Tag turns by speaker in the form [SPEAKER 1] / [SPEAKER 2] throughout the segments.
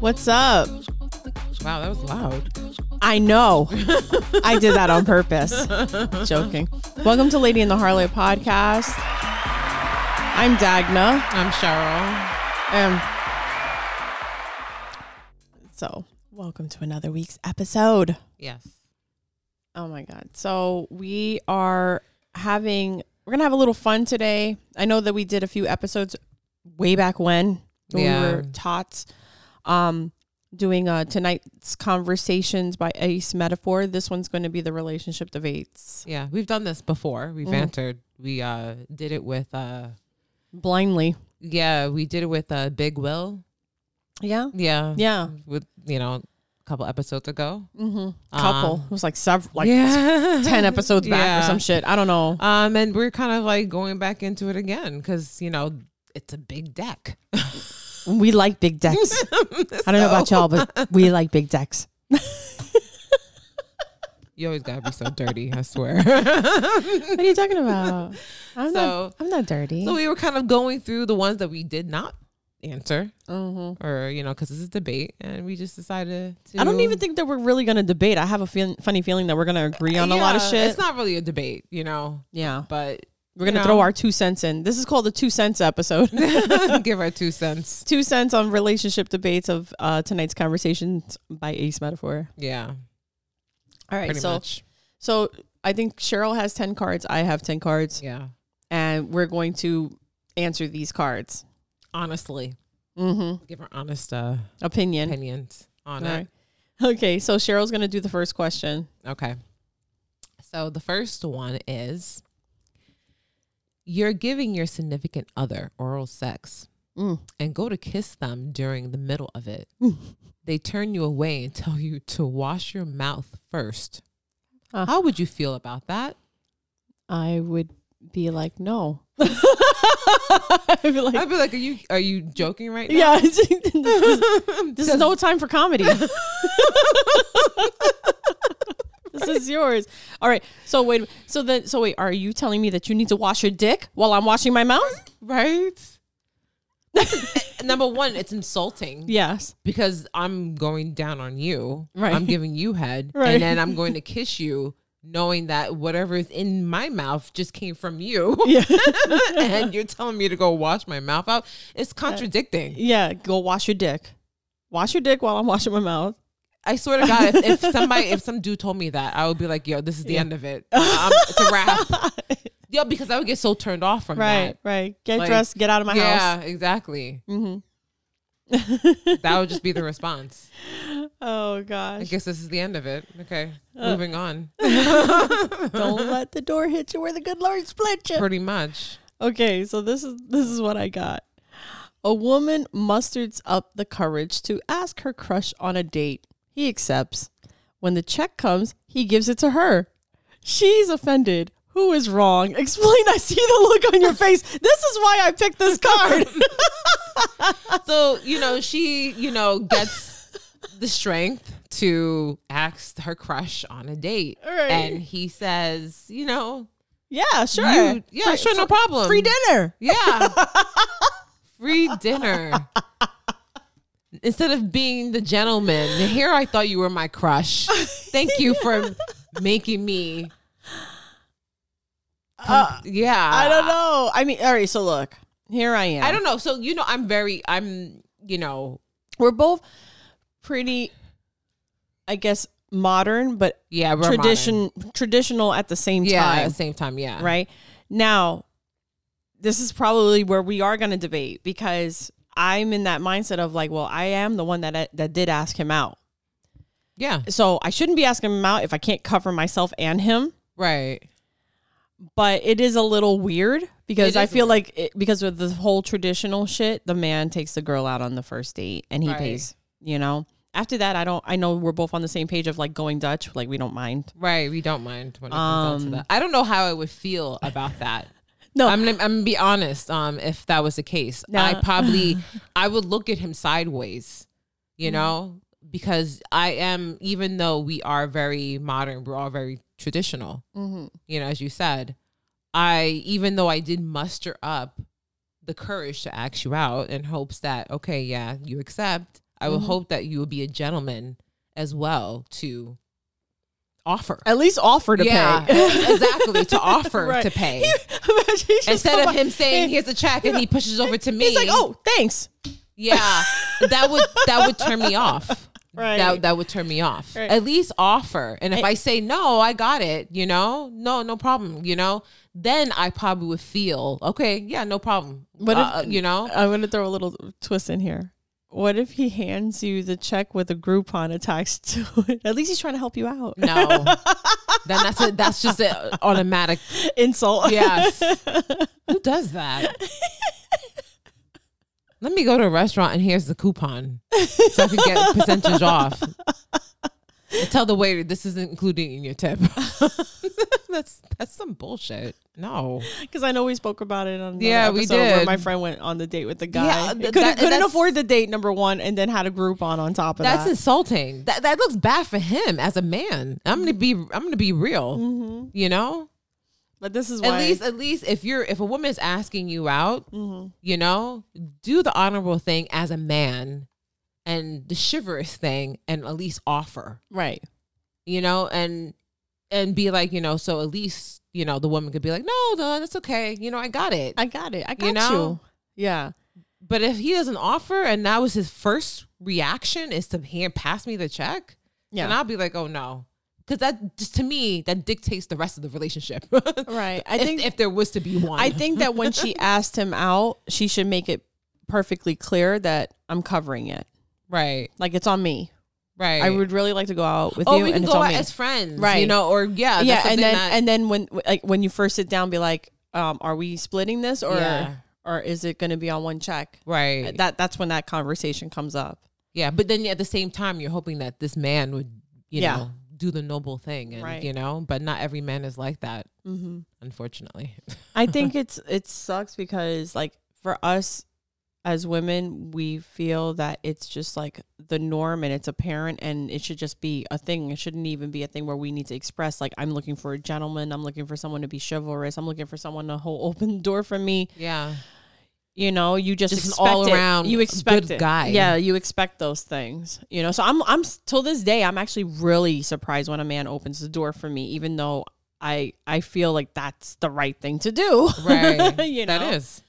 [SPEAKER 1] What's up?
[SPEAKER 2] Wow, that was loud.
[SPEAKER 1] I know. I did that on purpose. Joking. Welcome to Lady in the Harlot podcast. I'm Dagna.
[SPEAKER 2] I'm Cheryl.
[SPEAKER 1] Um, so, welcome to another week's episode.
[SPEAKER 2] Yes.
[SPEAKER 1] Oh my God. So, we are having, we're going to have a little fun today. I know that we did a few episodes way back when, when we were
[SPEAKER 2] Yeah.
[SPEAKER 1] tots, um, doing uh, tonight's conversations by Ace Metaphor. This one's going to be the relationship debates
[SPEAKER 2] Yeah. We've done this before. We've
[SPEAKER 1] Mhm.
[SPEAKER 2] answered. We uh did it with uh
[SPEAKER 1] blindly.
[SPEAKER 2] yeah, we did it with uh Big Will.
[SPEAKER 1] Yeah.
[SPEAKER 2] Yeah.
[SPEAKER 1] Yeah.
[SPEAKER 2] With you know, a couple episodes ago.
[SPEAKER 1] Mm-hmm. Couple.
[SPEAKER 2] Um,
[SPEAKER 1] it was like several, like
[SPEAKER 2] yeah.
[SPEAKER 1] 10 episodes back or
[SPEAKER 2] Yeah.
[SPEAKER 1] some shit. I don't know.
[SPEAKER 2] Um and we're kind of like going back into it again cuz you know, it's a big deck.
[SPEAKER 1] Um, We like big decks. I don't know about y'all, but we like big decks.
[SPEAKER 2] You always got to be so dirty, I swear.
[SPEAKER 1] What are you talking about? I'm not.
[SPEAKER 2] So-
[SPEAKER 1] I'm not dirty.
[SPEAKER 2] So we were kind of going through the ones that we did not answer,
[SPEAKER 1] Mhm.
[SPEAKER 2] or you know, because this is debate, and we just decided to.
[SPEAKER 1] I don't even think that we're really gonna debate. I have a feel- funny feeling that we're gonna agree on a lot of
[SPEAKER 2] Yeah,
[SPEAKER 1] shit.
[SPEAKER 2] It's not really a debate, you know,
[SPEAKER 1] yeah,
[SPEAKER 2] but
[SPEAKER 1] we're gonna
[SPEAKER 2] you
[SPEAKER 1] throw
[SPEAKER 2] know.
[SPEAKER 1] our two cents in. This is called the two cents episode.
[SPEAKER 2] give our two cents.
[SPEAKER 1] two cents on relationship debates of uh, tonight's conversations by Ace Metaphor.
[SPEAKER 2] Yeah,
[SPEAKER 1] All right,
[SPEAKER 2] pretty
[SPEAKER 1] so
[SPEAKER 2] much.
[SPEAKER 1] so I think Cheryl has ten cards. I have ten cards,
[SPEAKER 2] Yeah,
[SPEAKER 1] and we're going to answer these cards.
[SPEAKER 2] honestly,
[SPEAKER 1] hmm
[SPEAKER 2] give our honest uh,
[SPEAKER 1] Opinion.
[SPEAKER 2] opinions on
[SPEAKER 1] All right. Okay, so Cheryl's gonna do the first question.
[SPEAKER 2] it. Okay. So the first one is. You're giving your significant other oral sex
[SPEAKER 1] Mm.
[SPEAKER 2] and go to kiss them during the middle of it. they turn you away and tell you to wash your mouth first.
[SPEAKER 1] Uh.
[SPEAKER 2] How would you feel about that?
[SPEAKER 1] I would be like, no. I'd be like,
[SPEAKER 2] I'd be like, "Are you are you joking right now?"
[SPEAKER 1] yeah, this is, this is no time for comedy. this is yours. All right. So wait. So then. So wait. Are you telling me that you need to wash your dick while I'm washing my mouth?
[SPEAKER 2] right. Number one, it's insulting
[SPEAKER 1] Yes.
[SPEAKER 2] because I'm going down on you.
[SPEAKER 1] Right.
[SPEAKER 2] I'm giving you head,
[SPEAKER 1] Right.
[SPEAKER 2] and then I'm going to kiss you, knowing that whatever is in my mouth just came from you,
[SPEAKER 1] Yeah.
[SPEAKER 2] and you're telling me to go wash my mouth out. It's contradicting.
[SPEAKER 1] yeah. Go wash your dick. Wash your dick while I'm washing my mouth.
[SPEAKER 2] I swear to God, if, if somebody, if some dude told me that, I would be like, "Yo, this is the end of it. Um, it's a wrap." Yo, because I would get so turned off from
[SPEAKER 1] Right. Right. Get
[SPEAKER 2] Like,
[SPEAKER 1] dressed. Get out of my
[SPEAKER 2] that.
[SPEAKER 1] house. Mm-hmm.
[SPEAKER 2] yeah, exactly. that would just be the response.
[SPEAKER 1] Oh
[SPEAKER 2] I
[SPEAKER 1] gosh.
[SPEAKER 2] guess this is the end of it. Okay,
[SPEAKER 1] Uh.
[SPEAKER 2] moving on.
[SPEAKER 1] Don't let the door hit you where the good Lord split you.
[SPEAKER 2] Pretty much.
[SPEAKER 1] Okay, so this is this is what I got. A woman musters up the courage to ask her crush on a date. He accepts. When the check comes, he gives it to her. She's offended. Who is wrong? Explain. I see the look on your face. This is why I picked this card.
[SPEAKER 2] So you know, she you know gets the strength to ask her crush on a date,
[SPEAKER 1] Right.
[SPEAKER 2] and he says, you know,
[SPEAKER 1] yeah, sure.
[SPEAKER 2] you, yeah,
[SPEAKER 1] For
[SPEAKER 2] sure, no
[SPEAKER 1] for-
[SPEAKER 2] problem.
[SPEAKER 1] Free dinner.
[SPEAKER 2] Yeah. Free dinner. Instead of being the gentleman, here I thought you were my crush. Thank you for making me.
[SPEAKER 1] Uh,
[SPEAKER 2] Yeah.
[SPEAKER 1] I don't know. I mean, all right. So look, here I am.
[SPEAKER 2] Ah. I don't know. So, you know, I'm very, I'm, you know,
[SPEAKER 1] We're both pretty, I guess, modern, but
[SPEAKER 2] yeah, we're modern.
[SPEAKER 1] tradition traditional at the same
[SPEAKER 2] Yeah, at
[SPEAKER 1] time
[SPEAKER 2] the same time. Yeah.
[SPEAKER 1] right now this is probably where we are going to debate because i'm in that mindset of like well i am the one that that did ask him out
[SPEAKER 2] Yeah.
[SPEAKER 1] so i shouldn't be asking him out if i can't cover myself and him
[SPEAKER 2] Right.
[SPEAKER 1] but it is a little weird because
[SPEAKER 2] It
[SPEAKER 1] i
[SPEAKER 2] is
[SPEAKER 1] feel
[SPEAKER 2] weird.
[SPEAKER 1] like it, because of the whole traditional shit the man takes the girl out on the first date and he
[SPEAKER 2] Right.
[SPEAKER 1] pays you know after that i don't i know we're both on the same page of like going dutch like we don't mind
[SPEAKER 2] Right. We don't mind when it comes
[SPEAKER 1] Um,
[SPEAKER 2] down to that. I don't know how I would feel about that.
[SPEAKER 1] No.
[SPEAKER 2] I'm gonna, I'm gonna be honest. Um, if that was the case,
[SPEAKER 1] No.
[SPEAKER 2] I probably I would look at him sideways,
[SPEAKER 1] Mm.
[SPEAKER 2] you know, because I am even though we are very modern, we're all very traditional,
[SPEAKER 1] mm-hmm.
[SPEAKER 2] you know, as you said. I even though I did muster up the courage to ask you out in hopes that, okay, yeah, you accept. I would
[SPEAKER 1] Mhm.
[SPEAKER 2] hope that you would be a gentleman as well to offer.
[SPEAKER 1] At least offer to
[SPEAKER 2] yeah,
[SPEAKER 1] pay.
[SPEAKER 2] exactly. To offer
[SPEAKER 1] Right.
[SPEAKER 2] to pay.
[SPEAKER 1] Imagine he just
[SPEAKER 2] Instead
[SPEAKER 1] come
[SPEAKER 2] of
[SPEAKER 1] by-
[SPEAKER 2] him saying,
[SPEAKER 1] Hey,
[SPEAKER 2] here's a check, and he pushes over to me.
[SPEAKER 1] he's like, oh, thanks.
[SPEAKER 2] Yeah, that would that would turn me off.
[SPEAKER 1] Right.
[SPEAKER 2] That that would turn me off.
[SPEAKER 1] Right.
[SPEAKER 2] At least offer. And if
[SPEAKER 1] I-
[SPEAKER 2] I, say no, I got it. You know, no, no problem. You know, then I probably would feel okay. Yeah, no problem.
[SPEAKER 1] What if-
[SPEAKER 2] Uh, you know?
[SPEAKER 1] I'm going to throw a little twist in here. What if he hands you the check with a Groupon attached to it? At least he's trying to help you out.
[SPEAKER 2] No. then that's it. That's just an automatic.
[SPEAKER 1] Insult.
[SPEAKER 2] Yes. Who does that? Let me go to a restaurant and here's the coupon so I can get percentage off. And tell the waiter this isn't included in your tip. that's that's some bullshit. No.
[SPEAKER 1] Because I know we spoke about it on the
[SPEAKER 2] Yeah, we
[SPEAKER 1] episode where
[SPEAKER 2] did.
[SPEAKER 1] my friend went on the date with the guy.
[SPEAKER 2] Yeah, th-
[SPEAKER 1] couldn't
[SPEAKER 2] that-
[SPEAKER 1] couldn't
[SPEAKER 2] that's-
[SPEAKER 1] afford the date number one, and then had a Groupon on top of
[SPEAKER 2] That's
[SPEAKER 1] that.
[SPEAKER 2] insulting. That that looks bad for him as a man. I'm gonna be I'm gonna be real. You know?
[SPEAKER 1] Mm-hmm. but this is why
[SPEAKER 2] At least at least if you're if a woman is asking you out,
[SPEAKER 1] Mm-hmm.
[SPEAKER 2] you know, do the honorable thing as a man and the chivalrous thing and at least offer.
[SPEAKER 1] right.
[SPEAKER 2] you know, and and be like, you know, so at least you know the woman could be like, no, no, that's okay, you know, I got it.
[SPEAKER 1] I got it. I got you.
[SPEAKER 2] You know?
[SPEAKER 1] Yeah.
[SPEAKER 2] but if he doesn't offer, and that was his first reaction is to hand pass me the check,
[SPEAKER 1] Yeah.
[SPEAKER 2] and I'll be like, oh no, because that just to me that dictates the rest of the relationship.
[SPEAKER 1] right. I
[SPEAKER 2] If-
[SPEAKER 1] think
[SPEAKER 2] if, there was to be one,
[SPEAKER 1] I think that when she asked him out, she should make it perfectly clear that I'm covering it.
[SPEAKER 2] right,
[SPEAKER 1] Like it's on me.
[SPEAKER 2] right.
[SPEAKER 1] I would really like to go out with
[SPEAKER 2] Oh,
[SPEAKER 1] you,
[SPEAKER 2] we can
[SPEAKER 1] and it's
[SPEAKER 2] go
[SPEAKER 1] on
[SPEAKER 2] out
[SPEAKER 1] me.
[SPEAKER 2] as friends, You
[SPEAKER 1] Right.
[SPEAKER 2] know, or yeah,
[SPEAKER 1] yeah,
[SPEAKER 2] that's
[SPEAKER 1] and then
[SPEAKER 2] that,
[SPEAKER 1] and then when like when you first sit down, be like, um, "Are we splitting this, or
[SPEAKER 2] Yeah.
[SPEAKER 1] or is it going to be on one check?"
[SPEAKER 2] right,
[SPEAKER 1] That that's when that conversation comes up.
[SPEAKER 2] Yeah, but then at the same time, you're hoping that this man would, you
[SPEAKER 1] Yeah.
[SPEAKER 2] know, do the noble thing, and
[SPEAKER 1] Right.
[SPEAKER 2] you know, but not every man is like that,
[SPEAKER 1] Mm-hmm.
[SPEAKER 2] unfortunately.
[SPEAKER 1] I think it's it sucks because like for us as women, we feel that it's just like the norm and it's apparent and it should just be a thing. It shouldn't even be a thing where we need to express like I'm looking for a gentleman, I'm looking for someone to be chivalrous, I'm looking for someone to hold open the door for me.
[SPEAKER 2] yeah,
[SPEAKER 1] You know, you just,
[SPEAKER 2] Just an
[SPEAKER 1] expect it.
[SPEAKER 2] all-around
[SPEAKER 1] you expect
[SPEAKER 2] good
[SPEAKER 1] it.
[SPEAKER 2] guy.
[SPEAKER 1] Yeah, you expect those things. You know, so I'm I'm s- till this day I'm actually really surprised when a man opens the door for me, even though I I feel like that's the right thing to do.
[SPEAKER 2] right.
[SPEAKER 1] you know,
[SPEAKER 2] That is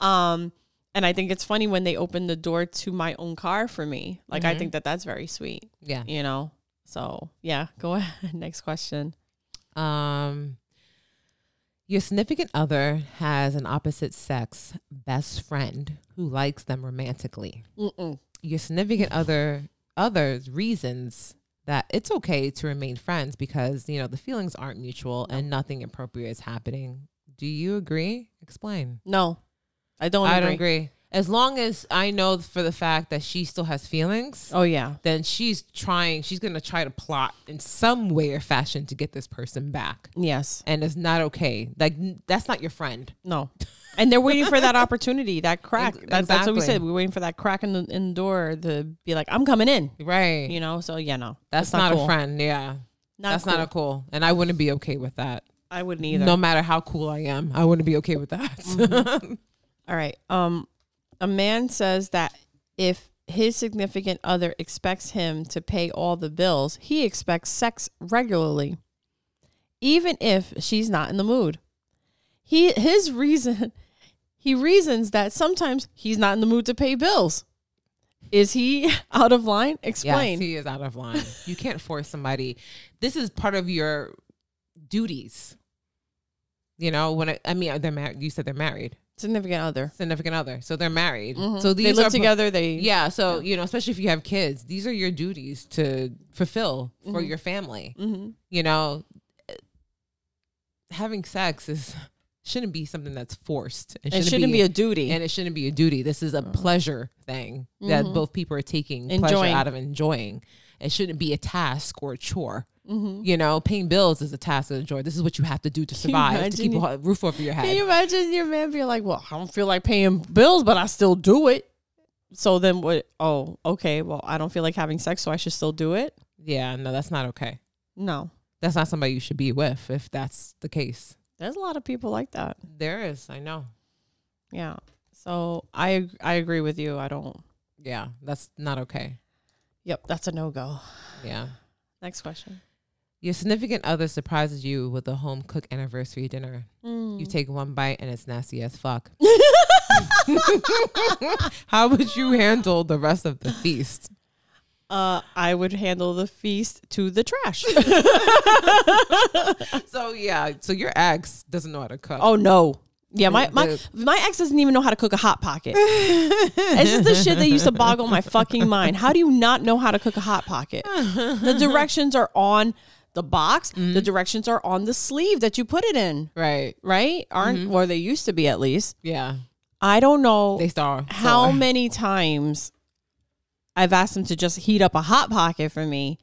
[SPEAKER 1] um, and I think it's funny when they open the door to my own car for me. Like
[SPEAKER 2] Mm-hmm.
[SPEAKER 1] I think that that's very sweet.
[SPEAKER 2] yeah.
[SPEAKER 1] You know. So yeah, go ahead. Next question.
[SPEAKER 2] Um, your significant other has an opposite sex best friend who likes them romantically.
[SPEAKER 1] Mm-mm.
[SPEAKER 2] Your significant other others reasons that it's okay to remain friends because you know the feelings aren't mutual and nothing appropriate is happening. Do you agree? Explain.
[SPEAKER 1] No, I don't.
[SPEAKER 2] I
[SPEAKER 1] agree.
[SPEAKER 2] don't agree. As long as I know for the fact that she still has feelings,
[SPEAKER 1] Oh yeah,
[SPEAKER 2] then she's trying, she's going to try to plot in some way or fashion to get this person back.
[SPEAKER 1] yes,
[SPEAKER 2] And it's not okay. Like, n- that's not your friend.
[SPEAKER 1] no. And they're waiting for that opportunity, that crack.
[SPEAKER 2] Ex-
[SPEAKER 1] That, That's what we
[SPEAKER 2] exactly.
[SPEAKER 1] said. We're waiting for that crack in the, in the door to be like, I'm coming in.
[SPEAKER 2] Right.
[SPEAKER 1] You know. So yeah, no,
[SPEAKER 2] that's
[SPEAKER 1] it's
[SPEAKER 2] not,
[SPEAKER 1] cool.
[SPEAKER 2] a friend. Yeah.
[SPEAKER 1] Not
[SPEAKER 2] that's not a cool. And I wouldn't be okay with that.
[SPEAKER 1] I wouldn't either.
[SPEAKER 2] No matter how cool I am, I wouldn't be okay with that.
[SPEAKER 1] All right. Um, a man says that if his significant other expects him to pay all the bills, he expects sex regularly, even if she's not in the mood. He his reason he reasons that sometimes he's not in the mood to pay bills. Is he out of line?
[SPEAKER 2] yes,
[SPEAKER 1] Explain.
[SPEAKER 2] he is out of line. You can't force somebody. This is part of your duties. You know, when I, I mean, they're married. You said they're married.
[SPEAKER 1] significant other.
[SPEAKER 2] significant other. So they're married.
[SPEAKER 1] Mhm.
[SPEAKER 2] So these
[SPEAKER 1] they live
[SPEAKER 2] are,
[SPEAKER 1] together. They
[SPEAKER 2] Yeah. So you know, especially if you have kids, these are your duties to fulfill for your family.
[SPEAKER 1] hmm
[SPEAKER 2] You know, having sex is shouldn't be something that's forced. It
[SPEAKER 1] It shouldn't be, a duty.
[SPEAKER 2] and it shouldn't be a duty. This is a pleasure thing that
[SPEAKER 1] Mhm.
[SPEAKER 2] both people are taking
[SPEAKER 1] Mm-hmm. Enjoying.
[SPEAKER 2] pleasure out of enjoying. It shouldn't be a task or a chore.
[SPEAKER 1] Mhm.
[SPEAKER 2] You know, paying bills is a task and a chore. This is what you have to do to
[SPEAKER 1] you
[SPEAKER 2] survive, to keep
[SPEAKER 1] imagine?
[SPEAKER 2] a ho- roof over your head.
[SPEAKER 1] Can you imagine your man being like, "Well, I don't feel like paying bills, but I still do it." So then what? Oh, okay. Well, I don't feel like having sex, so I should still do it.
[SPEAKER 2] yeah, no, that's not okay.
[SPEAKER 1] No,
[SPEAKER 2] that's not somebody you should be with if that's the case.
[SPEAKER 1] there's a lot of people like that.
[SPEAKER 2] There is, I know.
[SPEAKER 1] Yeah. So I ag- I agree with you. I don't.
[SPEAKER 2] Yeah, that's not okay.
[SPEAKER 1] Yep, that's a no go.
[SPEAKER 2] Yeah.
[SPEAKER 1] Next question.
[SPEAKER 2] Your significant other surprises you with a home cooked anniversary dinner. You
[SPEAKER 1] Mm.
[SPEAKER 2] take one bite and it's nasty as fuck. How would you handle the rest of the feast?
[SPEAKER 1] Uh, I would handle the feast to the trash.
[SPEAKER 2] So yeah, so your ex doesn't know how to cook.
[SPEAKER 1] oh no. Yeah, my, my
[SPEAKER 2] The-
[SPEAKER 1] my ex doesn't even know how to cook a hot pocket. this is the shit that used to boggle my fucking mind. How do you not know how to cook a hot pocket? The directions are on the box. The directions are on the sleeve that you put it in,
[SPEAKER 2] Right.
[SPEAKER 1] right? Aren't or they used to be at least.
[SPEAKER 2] Yeah.
[SPEAKER 1] I don't know.
[SPEAKER 2] They star.
[SPEAKER 1] how
[SPEAKER 2] star.
[SPEAKER 1] many times I've asked him to just heat up a hot pocket for me,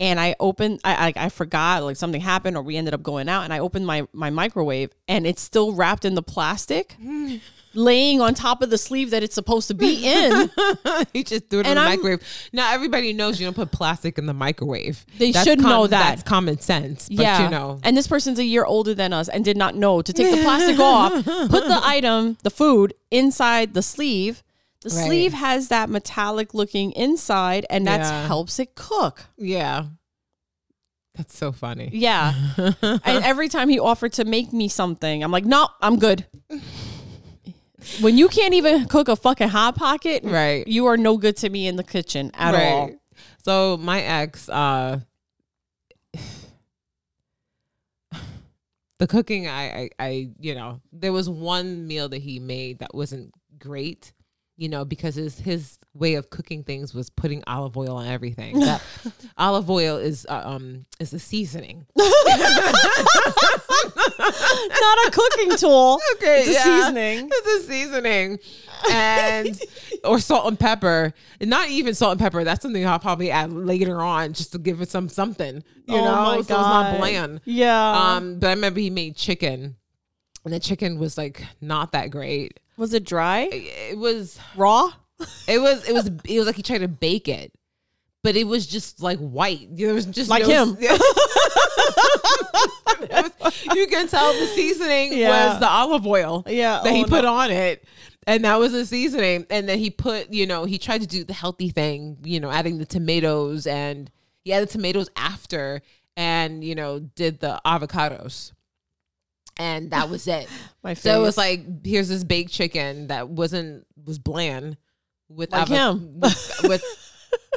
[SPEAKER 1] and I opened, I, I I forgot like something happened or we ended up going out, and I opened my my microwave and it's still wrapped in the plastic, laying on top of the sleeve that it's supposed to be in.
[SPEAKER 2] you just threw it in
[SPEAKER 1] And
[SPEAKER 2] the
[SPEAKER 1] I'm-
[SPEAKER 2] microwave. Now everybody knows you don't put plastic in the microwave.
[SPEAKER 1] They should know that.
[SPEAKER 2] That's common sense. But
[SPEAKER 1] yeah,
[SPEAKER 2] you know.
[SPEAKER 1] and this person's a year older than us and did not know to take the plastic off, put the item, the food inside the sleeve. The
[SPEAKER 2] Right.
[SPEAKER 1] sleeve has that metallic looking inside, and that
[SPEAKER 2] Yeah.
[SPEAKER 1] helps it cook.
[SPEAKER 2] yeah. That's so funny.
[SPEAKER 1] Yeah. and every time he offered to make me something, I'm like, no, I'm good. when you can't even cook a fucking hot pocket,
[SPEAKER 2] Right.
[SPEAKER 1] you are no good to me in the kitchen at all.
[SPEAKER 2] So my ex, uh the cooking I, I I you know, there was one meal that he made that wasn't great, you know, because his his way of cooking things was putting olive oil on everything. That olive oil is uh, um is a seasoning.
[SPEAKER 1] Not a cooking tool.
[SPEAKER 2] Okay,
[SPEAKER 1] It's a
[SPEAKER 2] yeah.
[SPEAKER 1] seasoning.
[SPEAKER 2] It's a seasoning, and or salt and pepper. And not even salt and pepper. That's something I'll probably add later on, just to give it some something. You
[SPEAKER 1] Oh
[SPEAKER 2] know,
[SPEAKER 1] my
[SPEAKER 2] so it's not
[SPEAKER 1] God.
[SPEAKER 2] bland.
[SPEAKER 1] Yeah.
[SPEAKER 2] Um, but I remember he made chicken, and the chicken was like not that great.
[SPEAKER 1] was it dry?
[SPEAKER 2] It was,
[SPEAKER 1] Raw?
[SPEAKER 2] it was, it was, it was like he tried to bake it, but it was just like white. There was just
[SPEAKER 1] Like
[SPEAKER 2] no-
[SPEAKER 1] him.
[SPEAKER 2] It was- you can tell the seasoning
[SPEAKER 1] Yeah.
[SPEAKER 2] was the olive oil
[SPEAKER 1] Yeah.
[SPEAKER 2] that he
[SPEAKER 1] oh,
[SPEAKER 2] put on it. And that was the seasoning. And then he put, you know, he tried to do the healthy thing, you know, adding the tomatoes and he added tomatoes after and, you know, did the avocados. And that was it.
[SPEAKER 1] my face.
[SPEAKER 2] so it was like, here's this baked chicken that wasn't, was bland with,
[SPEAKER 1] Like him.
[SPEAKER 2] with, with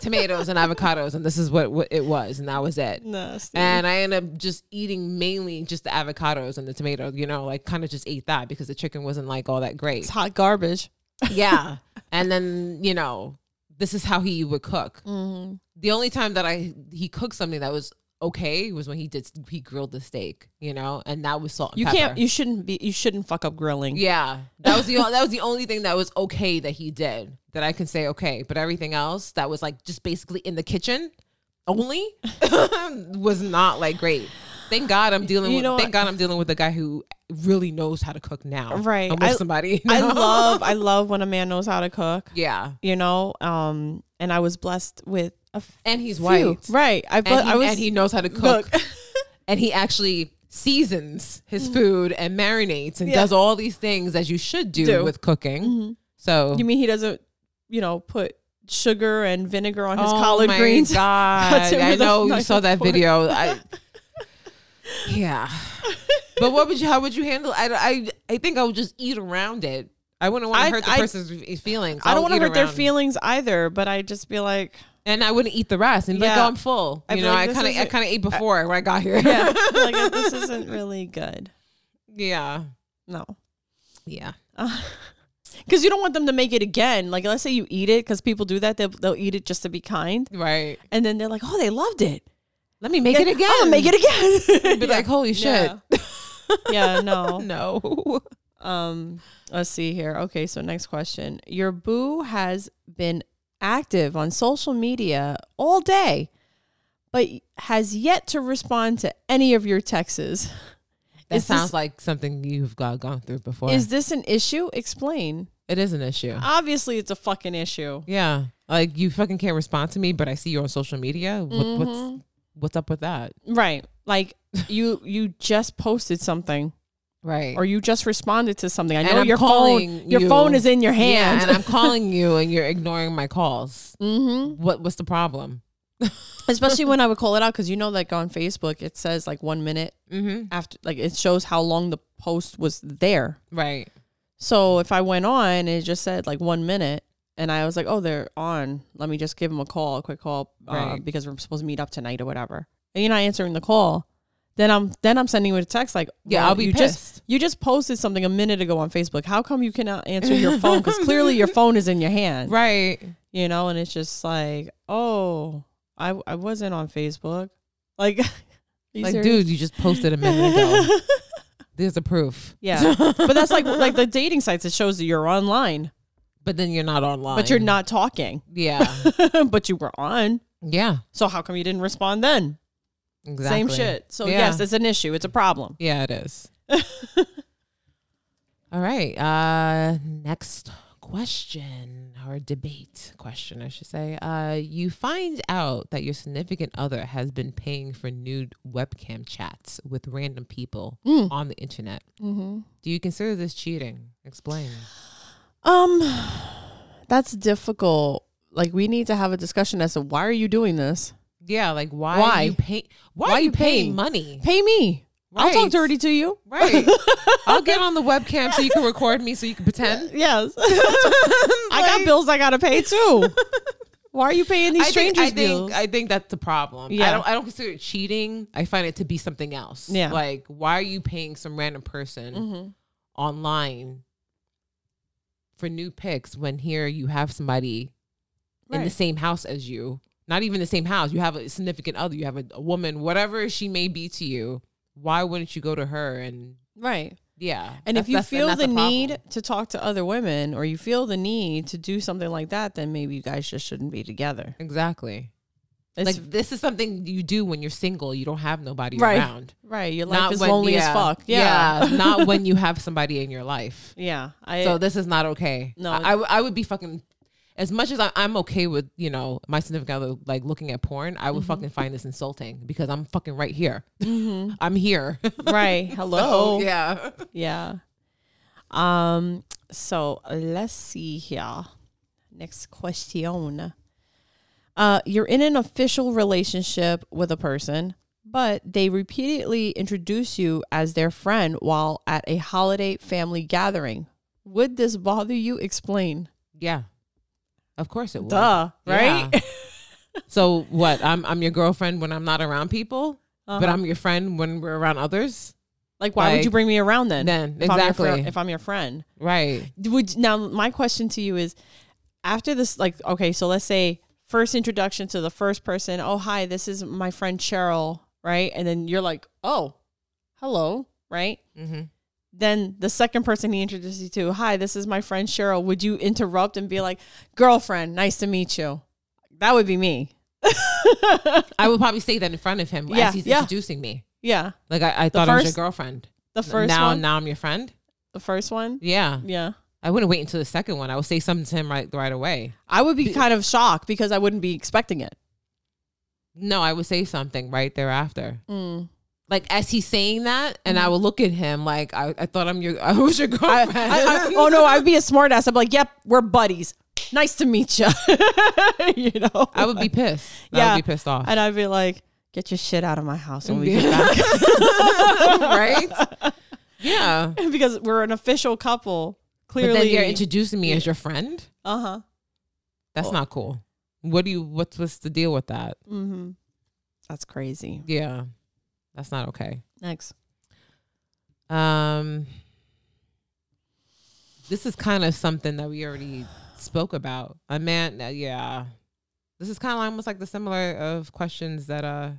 [SPEAKER 2] tomatoes and avocados. And this is what, what it was. And that was it.
[SPEAKER 1] nasty.
[SPEAKER 2] And I ended up just eating mainly just the avocados and the tomatoes, you know, like kind of just ate that because the chicken wasn't like all that great.
[SPEAKER 1] it's hot garbage.
[SPEAKER 2] yeah. And then, you know, this is how he would cook.
[SPEAKER 1] Mm-hmm.
[SPEAKER 2] The only time that I he cooked something that was okay was when he did he grilled the steak, you know, and that was salt and
[SPEAKER 1] You
[SPEAKER 2] pepper.
[SPEAKER 1] can't you shouldn't be you shouldn't fuck up grilling.
[SPEAKER 2] yeah. That was the that was the only thing that was okay that he did that I can say okay, but everything else that was like just basically in the kitchen only was not like great. Thank God I'm dealing
[SPEAKER 1] You
[SPEAKER 2] with
[SPEAKER 1] know
[SPEAKER 2] thank
[SPEAKER 1] what?
[SPEAKER 2] God I'm dealing with a guy who really knows how to cook now.
[SPEAKER 1] Right.
[SPEAKER 2] I'm with
[SPEAKER 1] I-
[SPEAKER 2] somebody.
[SPEAKER 1] I
[SPEAKER 2] now.
[SPEAKER 1] love I love when a man knows how to cook.
[SPEAKER 2] Yeah.
[SPEAKER 1] You know? Um and I was blessed with a f-
[SPEAKER 2] And he's
[SPEAKER 1] few.
[SPEAKER 2] white.
[SPEAKER 1] Right. I
[SPEAKER 2] and,
[SPEAKER 1] but
[SPEAKER 2] he,
[SPEAKER 1] I was
[SPEAKER 2] and he knows how to cook.
[SPEAKER 1] Look.
[SPEAKER 2] and he actually seasons his food and marinates and
[SPEAKER 1] Mm. Yeah.
[SPEAKER 2] does all these things as you should do,
[SPEAKER 1] Do. Mm-hmm.
[SPEAKER 2] with cooking. So
[SPEAKER 1] You mean he doesn't, you know, put sugar and vinegar on his
[SPEAKER 2] Oh
[SPEAKER 1] collard
[SPEAKER 2] my
[SPEAKER 1] greens? Cuts
[SPEAKER 2] God,
[SPEAKER 1] it
[SPEAKER 2] I
[SPEAKER 1] with a
[SPEAKER 2] know you
[SPEAKER 1] knife
[SPEAKER 2] saw
[SPEAKER 1] and
[SPEAKER 2] that
[SPEAKER 1] fork.
[SPEAKER 2] video. I, yeah, but what would you? How would you handle? I, I I think I would just eat around it. I wouldn't want
[SPEAKER 1] I-
[SPEAKER 2] to hurt the
[SPEAKER 1] I-
[SPEAKER 2] person's feelings.
[SPEAKER 1] I don't
[SPEAKER 2] would
[SPEAKER 1] want to
[SPEAKER 2] eat
[SPEAKER 1] hurt their
[SPEAKER 2] around.
[SPEAKER 1] feelings either, but I just be like,
[SPEAKER 2] and I wouldn't eat the rest. And be like,
[SPEAKER 1] Yeah.
[SPEAKER 2] oh, I'm full.
[SPEAKER 1] I'd
[SPEAKER 2] you
[SPEAKER 1] be
[SPEAKER 2] know,
[SPEAKER 1] like,
[SPEAKER 2] I
[SPEAKER 1] this
[SPEAKER 2] kind of I
[SPEAKER 1] isn't-
[SPEAKER 2] kind of ate before when I got here.
[SPEAKER 1] yeah, like this isn't really good.
[SPEAKER 2] yeah,
[SPEAKER 1] No.
[SPEAKER 2] yeah.
[SPEAKER 1] Because you don't want them to make it again. Like, let's say you eat it, because people do that. They'll, they'll eat it just to be kind.
[SPEAKER 2] Right.
[SPEAKER 1] And then they're like, oh, they loved it.
[SPEAKER 2] Let me make it
[SPEAKER 1] I'm
[SPEAKER 2] again.
[SPEAKER 1] gonna make it again.
[SPEAKER 2] Be like, holy shit.
[SPEAKER 1] Yeah. yeah, no.
[SPEAKER 2] No.
[SPEAKER 1] Um, let's see here. Okay, so next question. Your boo has been active on social media all day, but has yet to respond to any of your texts.
[SPEAKER 2] That
[SPEAKER 1] Is this-
[SPEAKER 2] sounds like something you've got gone through before.
[SPEAKER 1] Is this an issue? Explain.
[SPEAKER 2] it is an issue.
[SPEAKER 1] Obviously, it's a fucking issue.
[SPEAKER 2] Yeah. Like you fucking can't respond to me, but I see you on social media. What, What's what's up with that?
[SPEAKER 1] Right. Like you you just posted something
[SPEAKER 2] Right.
[SPEAKER 1] or you just responded to something. I
[SPEAKER 2] And
[SPEAKER 1] know
[SPEAKER 2] I'm
[SPEAKER 1] your
[SPEAKER 2] calling
[SPEAKER 1] phone your
[SPEAKER 2] you.
[SPEAKER 1] phone is in your
[SPEAKER 2] yeah,
[SPEAKER 1] hand.
[SPEAKER 2] and I'm calling you and you're ignoring my calls.
[SPEAKER 1] mm-hmm.
[SPEAKER 2] What what's the problem?
[SPEAKER 1] Especially when I would call it out because you know, like on Facebook, it says like one minute
[SPEAKER 2] Mm-hmm.
[SPEAKER 1] after, like it shows how long the post was there.
[SPEAKER 2] Right.
[SPEAKER 1] So if I went on, it just said like one minute, and I was like, "Oh, they're on. Let me just give them a call, a quick call, uh,
[SPEAKER 2] Right.
[SPEAKER 1] because we're supposed to meet up tonight or whatever." And you're not answering the call. Then I'm then I'm sending you a text like,
[SPEAKER 2] Yeah,
[SPEAKER 1] "Well,
[SPEAKER 2] I'll be
[SPEAKER 1] you just
[SPEAKER 2] pissed.
[SPEAKER 1] you just posted something a minute ago on Facebook. How come you cannot answer your phone? Because clearly your phone is in your hand,
[SPEAKER 2] right.
[SPEAKER 1] you know." And it's just like, "Oh, I I wasn't on Facebook." Like, are you
[SPEAKER 2] Like,
[SPEAKER 1] serious?
[SPEAKER 2] dude, you just posted a minute ago. There's the proof.
[SPEAKER 1] yeah. But that's like like the dating sites. It shows that you're online,
[SPEAKER 2] But then you're not online.
[SPEAKER 1] but you're not talking.
[SPEAKER 2] Yeah.
[SPEAKER 1] but you were on.
[SPEAKER 2] yeah.
[SPEAKER 1] So how come you didn't respond then?
[SPEAKER 2] Exactly.
[SPEAKER 1] Same shit. So
[SPEAKER 2] Yeah.
[SPEAKER 1] yes, it's an issue. It's a problem.
[SPEAKER 2] Yeah, it is. All right. Uh next question or debate question, I should say. Uh you find out that your significant other has been paying for nude webcam chats with random people on the internet. Do you consider this cheating? Explain.
[SPEAKER 1] Um, that's difficult. Like we need to have a discussion as to why are you doing this?
[SPEAKER 2] Yeah, like why,
[SPEAKER 1] Why?
[SPEAKER 2] Are you pay why,
[SPEAKER 1] Why
[SPEAKER 2] are you paying,
[SPEAKER 1] paying?
[SPEAKER 2] money?
[SPEAKER 1] Pay me. I'll
[SPEAKER 2] Right.
[SPEAKER 1] talk dirty to you.
[SPEAKER 2] Right. I'll get on the webcam so you can record me so you can pretend.
[SPEAKER 1] Yes. I got bills I gotta pay too. why are you paying these strangers
[SPEAKER 2] I think, I
[SPEAKER 1] bills?
[SPEAKER 2] think I think that's the problem. I
[SPEAKER 1] Yeah.
[SPEAKER 2] don't I don't consider it cheating. I find it to be something else.
[SPEAKER 1] Yeah. Mm-hmm.
[SPEAKER 2] Like why are you paying some random person online for new pics when here you have somebody in the
[SPEAKER 1] Right.
[SPEAKER 2] same house as you? Not even the same house. You have a significant other. You have a, a woman, whatever she may be to you. Why wouldn't you go to her and
[SPEAKER 1] Right.
[SPEAKER 2] yeah?
[SPEAKER 1] And
[SPEAKER 2] that's-
[SPEAKER 1] if you
[SPEAKER 2] that's-
[SPEAKER 1] feel
[SPEAKER 2] that's
[SPEAKER 1] the
[SPEAKER 2] problem.
[SPEAKER 1] need to talk to other women or you feel the need to do something like that, then maybe you guys just shouldn't be together.
[SPEAKER 2] exactly.
[SPEAKER 1] It's
[SPEAKER 2] like this is something you do when you're single. You don't have nobody
[SPEAKER 1] Right.
[SPEAKER 2] around.
[SPEAKER 1] Right. Your life is
[SPEAKER 2] when-
[SPEAKER 1] lonely as
[SPEAKER 2] yeah,
[SPEAKER 1] fuck. Yeah.
[SPEAKER 2] not when you have somebody in your life.
[SPEAKER 1] yeah. I
[SPEAKER 2] So this is not okay.
[SPEAKER 1] No.
[SPEAKER 2] I, I would- I would be fucking. As much as I, I'm okay with you know my significant other like looking at porn, I would
[SPEAKER 1] Mm-hmm.
[SPEAKER 2] fucking find this insulting because I'm fucking right here. I'm here.
[SPEAKER 1] right. Hello. Mm-hmm. Oh, yeah.
[SPEAKER 2] yeah.
[SPEAKER 1] Um so let's see here. Next question. Uh you're in an official relationship with a person, but they repeatedly introduce you as their friend while at a holiday family gathering. Would this bother you? Explain.
[SPEAKER 2] Yeah. Of course it would.
[SPEAKER 1] Duh. Right?
[SPEAKER 2] Yeah. so what? I'm I'm your girlfriend when I'm not around people, but
[SPEAKER 1] Uh-huh.
[SPEAKER 2] I'm your friend when we're around others.
[SPEAKER 1] Like why would you
[SPEAKER 2] Like,
[SPEAKER 1] bring me around then?
[SPEAKER 2] then,
[SPEAKER 1] if I'm your fri-
[SPEAKER 2] exactly.
[SPEAKER 1] if I'm your friend.
[SPEAKER 2] Right.
[SPEAKER 1] would now my question to you is after this like okay so let's say first introduction to the first person oh hi this is my friend cheryl right and then you're like oh hello right
[SPEAKER 2] Mm-hmm.
[SPEAKER 1] then the second person he introduced you to hi this is my friend cheryl would you interrupt and be like girlfriend nice to meet you that would be me
[SPEAKER 2] I would probably say that in front of him
[SPEAKER 1] Yeah,
[SPEAKER 2] as he's
[SPEAKER 1] yeah.
[SPEAKER 2] introducing me.
[SPEAKER 1] yeah
[SPEAKER 2] Like I, I thought I was
[SPEAKER 1] first-
[SPEAKER 2] your girlfriend.
[SPEAKER 1] the first
[SPEAKER 2] now,
[SPEAKER 1] one
[SPEAKER 2] now I'm your friend.
[SPEAKER 1] the first one
[SPEAKER 2] Yeah,
[SPEAKER 1] yeah
[SPEAKER 2] I wouldn't wait until the second one. I would say something to him right right away.
[SPEAKER 1] i would be kind of shocked because i wouldn't be expecting it
[SPEAKER 2] No, I would say something right thereafter.
[SPEAKER 1] Mm.
[SPEAKER 2] Like as he's saying that, and I would look at him like I, I thought I'm your I was your
[SPEAKER 1] Mm-hmm. I,
[SPEAKER 2] girlfriend.
[SPEAKER 1] I, I, oh no, I'd be a smartass. I'd be like, "Yep, we're buddies. Nice to meet you." you know,
[SPEAKER 2] I would be pissed. I
[SPEAKER 1] Yeah.
[SPEAKER 2] would be pissed off.
[SPEAKER 1] and I'd be like, "Get your shit out of my house when we get back,"
[SPEAKER 2] right? Yeah.
[SPEAKER 1] because we're an official couple.
[SPEAKER 2] But then
[SPEAKER 1] Clearly,
[SPEAKER 2] you're introducing me as your friend.
[SPEAKER 1] uh huh.
[SPEAKER 2] That's not cool. What do you? What's what's the deal with that?
[SPEAKER 1] Mm-hmm. That's crazy.
[SPEAKER 2] Yeah, that's not okay.
[SPEAKER 1] Next,
[SPEAKER 2] Um, this is kind of something that we already spoke about. A man, uh, yeah. This is kind of almost like the similar of questions that uh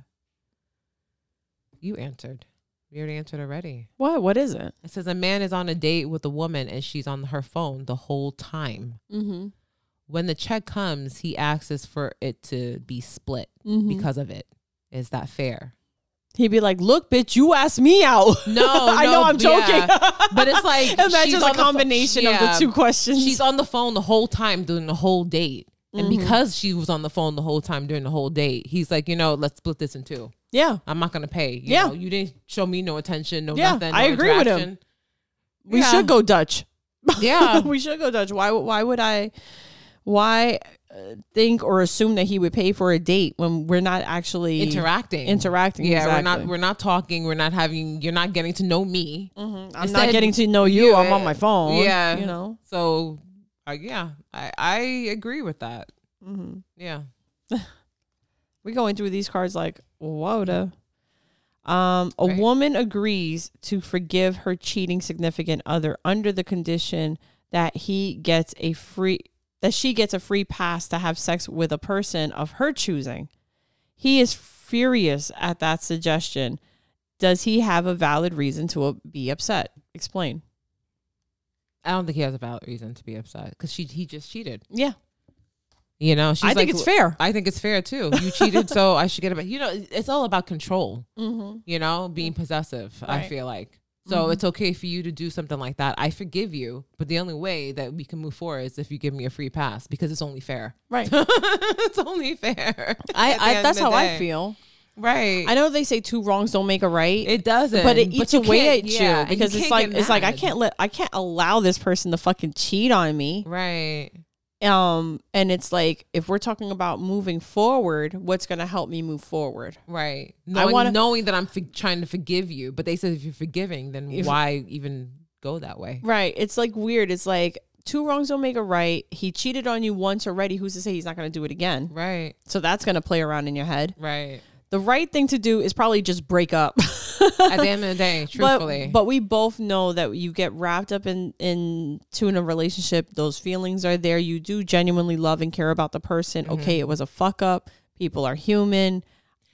[SPEAKER 2] you answered. We already answered already.
[SPEAKER 1] what? What is it?
[SPEAKER 2] It says a man is on a date with a woman and she's on her phone the whole time.
[SPEAKER 1] Mm-hmm.
[SPEAKER 2] When the check comes, he asks us for it to be split
[SPEAKER 1] Mm-hmm.
[SPEAKER 2] because of it. Is that fair?
[SPEAKER 1] He'd be like, "Look, bitch, you asked me out."
[SPEAKER 2] No,
[SPEAKER 1] I
[SPEAKER 2] Oh, no,
[SPEAKER 1] know I'm
[SPEAKER 2] but yeah.
[SPEAKER 1] joking.
[SPEAKER 2] But it's like she's
[SPEAKER 1] Imagine
[SPEAKER 2] on
[SPEAKER 1] the
[SPEAKER 2] the pho-
[SPEAKER 1] combination
[SPEAKER 2] yeah.
[SPEAKER 1] of the two questions.
[SPEAKER 2] she's on the phone the whole time during the whole date. And
[SPEAKER 1] Mm-hmm.
[SPEAKER 2] because she was on the phone the whole time during the whole date, he's like, you know, let's split this in two.
[SPEAKER 1] yeah,
[SPEAKER 2] I'm not gonna pay. You
[SPEAKER 1] Yeah.
[SPEAKER 2] know, you didn't show me no attention, no
[SPEAKER 1] Yeah,
[SPEAKER 2] nothing.
[SPEAKER 1] I
[SPEAKER 2] no
[SPEAKER 1] agree with him.
[SPEAKER 2] interaction.
[SPEAKER 1] We
[SPEAKER 2] Yeah.
[SPEAKER 1] should go Dutch.
[SPEAKER 2] Yeah.
[SPEAKER 1] we should go Dutch. Why? Why would I? Why uh, think or assume that he would pay for a date when we're not actually
[SPEAKER 2] interacting.
[SPEAKER 1] interacting?
[SPEAKER 2] yeah, we're
[SPEAKER 1] exactly.
[SPEAKER 2] not we're not talking. We're not having. You're not getting to know me.
[SPEAKER 1] I'm not
[SPEAKER 2] Instead,
[SPEAKER 1] getting to know you.
[SPEAKER 2] you- eh,
[SPEAKER 1] I'm on my phone.
[SPEAKER 2] yeah.
[SPEAKER 1] you know.
[SPEAKER 2] So, uh, yeah, I I agree with that.
[SPEAKER 1] Mhm.
[SPEAKER 2] Yeah.
[SPEAKER 1] We're going through these cards like whoa. da. Um, a
[SPEAKER 2] Right.
[SPEAKER 1] woman agrees to forgive her cheating significant other under the condition that he gets a free that she gets a free pass to have sex with a person of her choosing. He is furious at that suggestion. Does he have a valid reason to uh, be upset? Explain.
[SPEAKER 2] I don't think he has a valid reason to be upset because she he just cheated.
[SPEAKER 1] Yeah,
[SPEAKER 2] You know, she's
[SPEAKER 1] I
[SPEAKER 2] like,
[SPEAKER 1] think it's fair.
[SPEAKER 2] I think it's fair too. You cheated, so I should get about. You know, it's all about control.
[SPEAKER 1] Mm-hmm.
[SPEAKER 2] You know, being possessive. I
[SPEAKER 1] Right. Mm-hmm.
[SPEAKER 2] feel like so it's okay for you to do something like that. I forgive you, but the only way that we can move forward is if you give me a free pass because it's only fair.
[SPEAKER 1] Right.
[SPEAKER 2] it's only fair. At the
[SPEAKER 1] I, I
[SPEAKER 2] end
[SPEAKER 1] that's
[SPEAKER 2] of the
[SPEAKER 1] how I
[SPEAKER 2] day.
[SPEAKER 1] feel.
[SPEAKER 2] Right.
[SPEAKER 1] I know they say two wrongs don't make a right.
[SPEAKER 2] it doesn't.
[SPEAKER 1] but it eats
[SPEAKER 2] you
[SPEAKER 1] away
[SPEAKER 2] can't-
[SPEAKER 1] at
[SPEAKER 2] yeah,
[SPEAKER 1] you
[SPEAKER 2] and
[SPEAKER 1] because it's
[SPEAKER 2] can't
[SPEAKER 1] like
[SPEAKER 2] get
[SPEAKER 1] it's like I
[SPEAKER 2] mad.
[SPEAKER 1] can't let I can't allow this person to fucking cheat on me.
[SPEAKER 2] Right.
[SPEAKER 1] Um, and it's like if we're talking about moving forward, what's going to help me move forward?
[SPEAKER 2] Right. Knowing,
[SPEAKER 1] wanna-
[SPEAKER 2] knowing that I'm f- trying to forgive you, but they said if you're forgiving, then
[SPEAKER 1] If-
[SPEAKER 2] why even go that way?
[SPEAKER 1] Right. It's like weird. It's like two wrongs don't make a right. He cheated on you once already. Who's to say he's not going to do it again?
[SPEAKER 2] Right.
[SPEAKER 1] So that's going to play around in your head.
[SPEAKER 2] Right.
[SPEAKER 1] The right thing to do is probably just break up.
[SPEAKER 2] At the end of the day, truthfully.
[SPEAKER 1] But, but we both know that you get wrapped up in in to in a relationship. Those feelings are there. You do genuinely love and care about the person.
[SPEAKER 2] Mm-hmm.
[SPEAKER 1] Okay, it was a fuck up. People are human.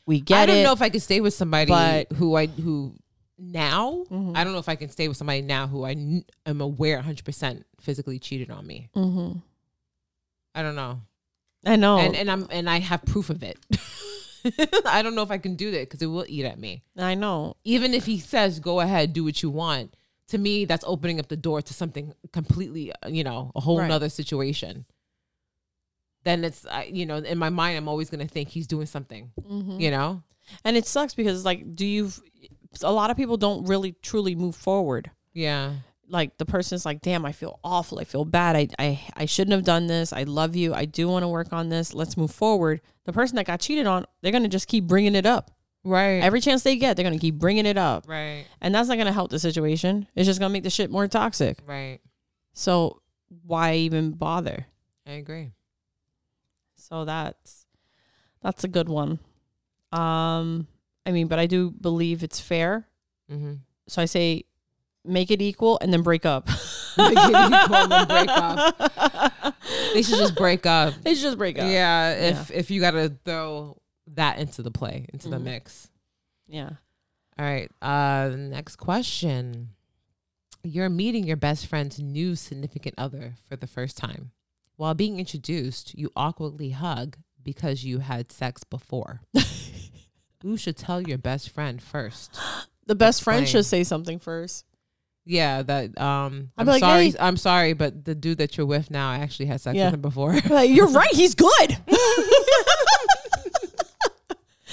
[SPEAKER 1] We get
[SPEAKER 2] I don't
[SPEAKER 1] it.
[SPEAKER 2] know if I could stay with somebody
[SPEAKER 1] but-
[SPEAKER 2] who I who now I don't know if I can stay with somebody now who I kn- am aware 100 percent physically cheated on me.
[SPEAKER 1] Mhm.
[SPEAKER 2] I don't know,
[SPEAKER 1] I know.
[SPEAKER 2] and and I'm and I have proof of it. I don't know if I can do that because it will eat at me.
[SPEAKER 1] I know.
[SPEAKER 2] even if he says go ahead do what you want to me that's opening up the door to something completely uh, you know a whole
[SPEAKER 1] Right.
[SPEAKER 2] nother situation then it's I, you know in my mind i'm always going to think he's doing something you know
[SPEAKER 1] And it sucks because it's like, do you? A lot of people don't really truly move forward.
[SPEAKER 2] yeah
[SPEAKER 1] Like the person's like, damn, I feel awful. I feel bad. I I, I shouldn't have done this. I love you. I do want to work on this. Let's move forward. The person that got cheated on, they're gonna just keep bringing it up.
[SPEAKER 2] right
[SPEAKER 1] Every chance they get, they're gonna keep bringing it up,
[SPEAKER 2] right
[SPEAKER 1] and that's not gonna help the situation. It's just gonna make the shit more toxic.
[SPEAKER 2] right
[SPEAKER 1] So why even bother?
[SPEAKER 2] i agree
[SPEAKER 1] So that's that's a good one. Um, I mean, but I do believe it's fair.
[SPEAKER 2] mm-hmm.
[SPEAKER 1] So I say make it equal and then break up.
[SPEAKER 2] break up. they should just break up
[SPEAKER 1] They should just break up.
[SPEAKER 2] yeah if if you gotta throw that into the play into the
[SPEAKER 1] Mhm.
[SPEAKER 2] mix
[SPEAKER 1] Yeah.
[SPEAKER 2] All right. Uh, next question. You're meeting your best friend's new significant other for the first time. While being introduced, you awkwardly hug because you had sex before. Who should tell your best friend first?
[SPEAKER 1] The best friend
[SPEAKER 2] Explain.
[SPEAKER 1] should say something first.
[SPEAKER 2] Yeah, that um
[SPEAKER 1] I'd
[SPEAKER 2] I'm
[SPEAKER 1] be like,
[SPEAKER 2] sorry.
[SPEAKER 1] "Hey."
[SPEAKER 2] I'm sorry, but the dude that you're with now I actually had sex
[SPEAKER 1] Yeah.
[SPEAKER 2] with him before.
[SPEAKER 1] Like, You're right. He's good.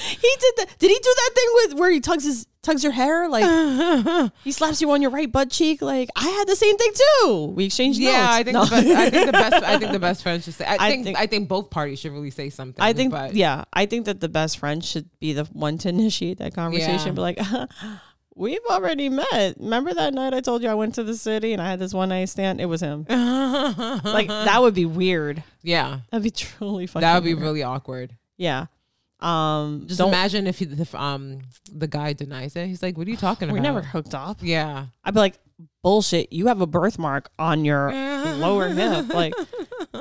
[SPEAKER 1] He did that. Did he do that thing with where he tugs his tugs your hair? Like he slaps you on your right butt cheek. Like I had the same thing too. We exchanged
[SPEAKER 2] yeah,
[SPEAKER 1] notes.
[SPEAKER 2] I think
[SPEAKER 1] No.
[SPEAKER 2] the best I think the best I think the best friend should say I,
[SPEAKER 1] I
[SPEAKER 2] think,
[SPEAKER 1] think-
[SPEAKER 2] I think both parties should really say something.
[SPEAKER 1] I think
[SPEAKER 2] but,
[SPEAKER 1] yeah, I think that the best friend should be the one to initiate that conversation.
[SPEAKER 2] Yeah.
[SPEAKER 1] But like, we've already met. Remember that night I told you I went to the city and I had this one night stand. It was him. Like that would be weird.
[SPEAKER 2] yeah.
[SPEAKER 1] That'd be truly fucking.
[SPEAKER 2] That would be
[SPEAKER 1] weird.
[SPEAKER 2] really awkward.
[SPEAKER 1] yeah. Um,
[SPEAKER 2] Just
[SPEAKER 1] don't.
[SPEAKER 2] imagine if, he, if um the guy denies it. He's like, "What are you talking
[SPEAKER 1] We
[SPEAKER 2] about?"
[SPEAKER 1] never hooked up.
[SPEAKER 2] Yeah.
[SPEAKER 1] I'd be like, bullshit. You have a birthmark on your lower hip. Like,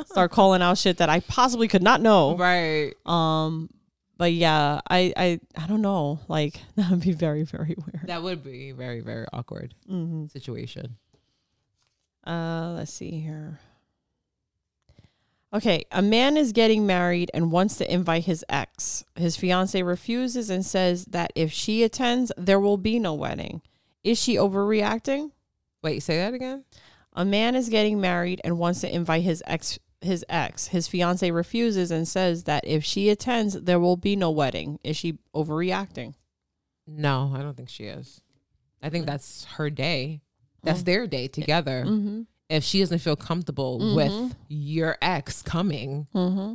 [SPEAKER 1] start calling out shit that I possibly could not
[SPEAKER 2] Oh.
[SPEAKER 1] know.
[SPEAKER 2] Right.
[SPEAKER 1] Um, but yeah, I I I don't know. Like that would be very very weird.
[SPEAKER 2] That would be very very awkward Mm-hmm. situation.
[SPEAKER 1] Uh, let's see here. Okay, a man is getting married and wants to invite his ex. His fiance refuses and says that if she attends, there will be no wedding. Is she overreacting?
[SPEAKER 2] Wait, say that again.
[SPEAKER 1] A man is getting married and wants to invite his ex his ex. His fiance refuses and says that if she attends, there will be no wedding. Is she overreacting?
[SPEAKER 2] No, I don't think she is. I think that's her day. That's their day together. If she doesn't feel comfortable with your ex coming,
[SPEAKER 1] Mm-hmm.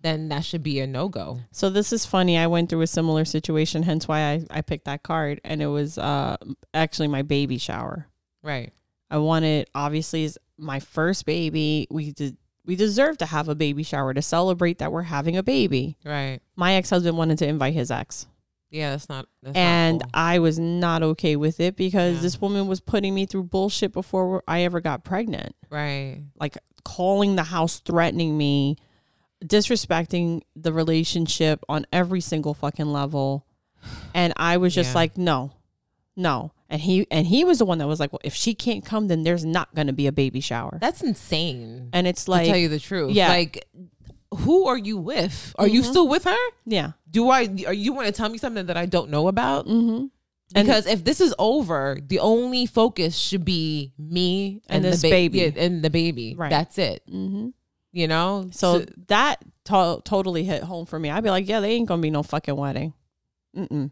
[SPEAKER 2] then that should be a no go.
[SPEAKER 1] So this is funny. I went through a similar situation, hence why I, I picked that card. And it was uh, actually my baby shower.
[SPEAKER 2] Right.
[SPEAKER 1] I wanted, obviously, is my first baby. We did. We deserve to have a baby shower to celebrate that we're having a baby.
[SPEAKER 2] Right.
[SPEAKER 1] My ex husband wanted to invite his ex,
[SPEAKER 2] Yeah, that's not. That's
[SPEAKER 1] and
[SPEAKER 2] not cool.
[SPEAKER 1] I was not okay with it because
[SPEAKER 2] Yeah.
[SPEAKER 1] this woman was putting me through bullshit before I ever got pregnant.
[SPEAKER 2] right.
[SPEAKER 1] Like calling the house, threatening me, disrespecting the relationship on every single fucking level. And I was just
[SPEAKER 2] Yeah.
[SPEAKER 1] like, no, no. And he and he was the one that was like, well, if she can't come, then there's not going to be a baby shower.
[SPEAKER 2] That's insane.
[SPEAKER 1] and it's
[SPEAKER 2] to
[SPEAKER 1] like,
[SPEAKER 2] tell you the truth.
[SPEAKER 1] yeah.
[SPEAKER 2] Like, who are you with? Are you still with her?
[SPEAKER 1] yeah,
[SPEAKER 2] Do I? Are you want to tell me something that I don't know about?
[SPEAKER 1] mm-hmm. And-
[SPEAKER 2] Because if this is over, the only focus should be me
[SPEAKER 1] And
[SPEAKER 2] and,
[SPEAKER 1] this
[SPEAKER 2] the
[SPEAKER 1] baby.
[SPEAKER 2] baby and the baby.
[SPEAKER 1] Right.
[SPEAKER 2] That's it.
[SPEAKER 1] Mm-hmm.
[SPEAKER 2] You know.
[SPEAKER 1] So, that to- totally hit home for me. I'd be like, yeah, they ain't gonna be no fucking wedding. Mm-mm.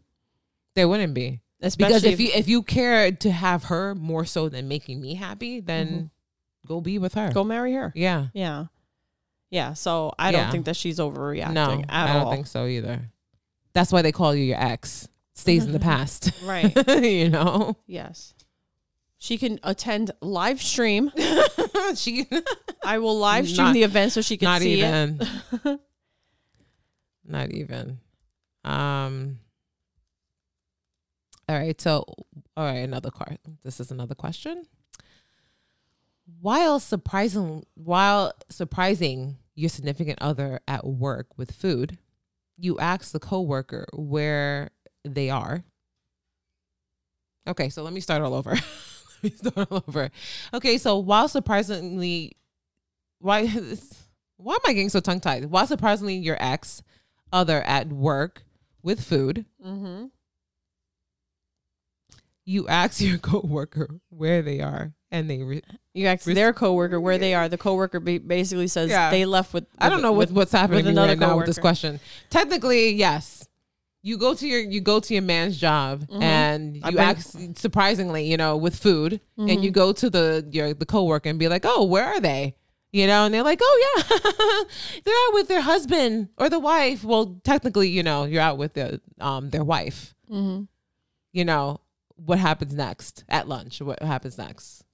[SPEAKER 2] there wouldn't be
[SPEAKER 1] Especially
[SPEAKER 2] because if you if you care to have her more so than making me happy, then go be with her.
[SPEAKER 1] Mm-hmm. go marry her,
[SPEAKER 2] Yeah.
[SPEAKER 1] yeah, yeah. So I
[SPEAKER 2] Yeah.
[SPEAKER 1] don't think that she's overreacting
[SPEAKER 2] No,
[SPEAKER 1] at
[SPEAKER 2] I don't
[SPEAKER 1] all.
[SPEAKER 2] think so either. That's why they call you your ex. Stays in the past.
[SPEAKER 1] Mm-hmm. Right?
[SPEAKER 2] you know.
[SPEAKER 1] yes. She can attend live stream.
[SPEAKER 2] she
[SPEAKER 1] I will live stream
[SPEAKER 2] Not-
[SPEAKER 1] the event so she can
[SPEAKER 2] not
[SPEAKER 1] see it.
[SPEAKER 2] even. not even. Um. All right. So, all right. Another card. This is another question. While surprising, while surprising your significant other at work with food, you ask the coworker where they are. Okay, so let me start all over. let me start all over. Okay, so while surprisingly, why why am I getting so tongue tied? While surprisingly your ex, other at work with food,
[SPEAKER 1] Mm-hmm.
[SPEAKER 2] you ask your coworker where they are, and they. Re-
[SPEAKER 1] You ask
[SPEAKER 2] Res-
[SPEAKER 1] their coworker where they are. The coworker ba- basically says
[SPEAKER 2] Yeah.
[SPEAKER 1] they left with.
[SPEAKER 2] I don't know what, what's happening
[SPEAKER 1] with
[SPEAKER 2] to me
[SPEAKER 1] another
[SPEAKER 2] right now with this
[SPEAKER 1] coworker.
[SPEAKER 2] question. Technically, yes. You go to your you go to your man's job and
[SPEAKER 1] Mm-hmm. I Mm-hmm.
[SPEAKER 2] you
[SPEAKER 1] bring-
[SPEAKER 2] ask surprisingly, you know, with food and you go to the your the coworker and be like, "Oh, where are they?" You know, and they're like, "Oh yeah. they're out with their husband or the wife." Well, technically, you know, you're out with the um their wife.
[SPEAKER 1] Mm-hmm.
[SPEAKER 2] You know, what happens next at lunch? What happens next?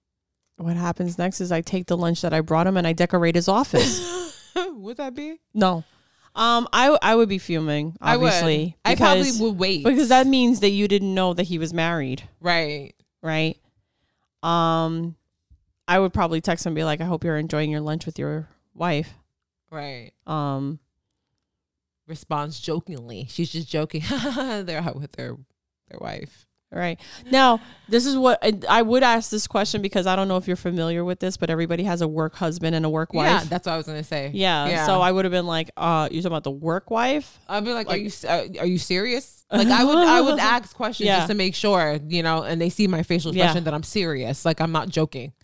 [SPEAKER 1] What happens next is I take the lunch that I brought him and I decorate his office.
[SPEAKER 2] would that be?
[SPEAKER 1] No. Um, I I would be fuming. Obviously,
[SPEAKER 2] I would. I probably
[SPEAKER 1] because-
[SPEAKER 2] would wait.
[SPEAKER 1] because that means that you didn't know that he was married,
[SPEAKER 2] right.
[SPEAKER 1] right? Um, I would probably text him and be like, "I hope you're enjoying your lunch with your wife."
[SPEAKER 2] Right.
[SPEAKER 1] Um,
[SPEAKER 2] responds jokingly. She's just joking. They're out with their their wife.
[SPEAKER 1] right now, this is what I, I would ask this question because I don't know if you're familiar with this, but everybody has a work husband and a work
[SPEAKER 2] Yeah,
[SPEAKER 1] wife.
[SPEAKER 2] that's what I was gonna say.
[SPEAKER 1] Yeah, so I would have been like, "Uh, you're talking about the work wife?"
[SPEAKER 2] I'd be like,
[SPEAKER 1] like-
[SPEAKER 2] are you s- uh, are you serious? Like I would I would ask questions
[SPEAKER 1] Yeah.
[SPEAKER 2] just to make sure you know, and they see my facial
[SPEAKER 1] Yeah.
[SPEAKER 2] expression that I'm serious. Like I'm not joking.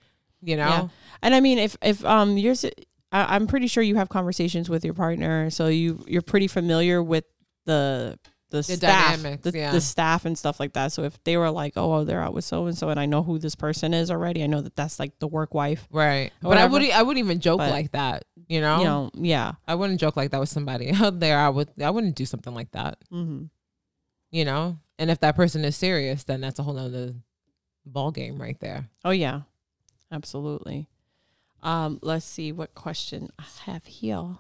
[SPEAKER 2] You know.
[SPEAKER 1] Yeah. And I mean, if if um, you're, s- I, am pretty sure you have conversations with your partner, so you you're pretty familiar with the the, staff,
[SPEAKER 2] dynamics,
[SPEAKER 1] the,
[SPEAKER 2] yeah.
[SPEAKER 1] the staff and stuff like that. So if they were like, oh, they're out with so and so, and I know who this person is already, I know that that's like the work wife.
[SPEAKER 2] Right. But I
[SPEAKER 1] Whatever.
[SPEAKER 2] wouldn't I wouldn't even joke
[SPEAKER 1] But-
[SPEAKER 2] like that. You know?
[SPEAKER 1] You know, yeah.
[SPEAKER 2] I wouldn't joke like that with somebody out there. I would I wouldn't do something like that.
[SPEAKER 1] hmm
[SPEAKER 2] You know? And if that person is serious, then that's a whole nother ball game right there.
[SPEAKER 1] Oh yeah, absolutely. Um, let's see what question I have here.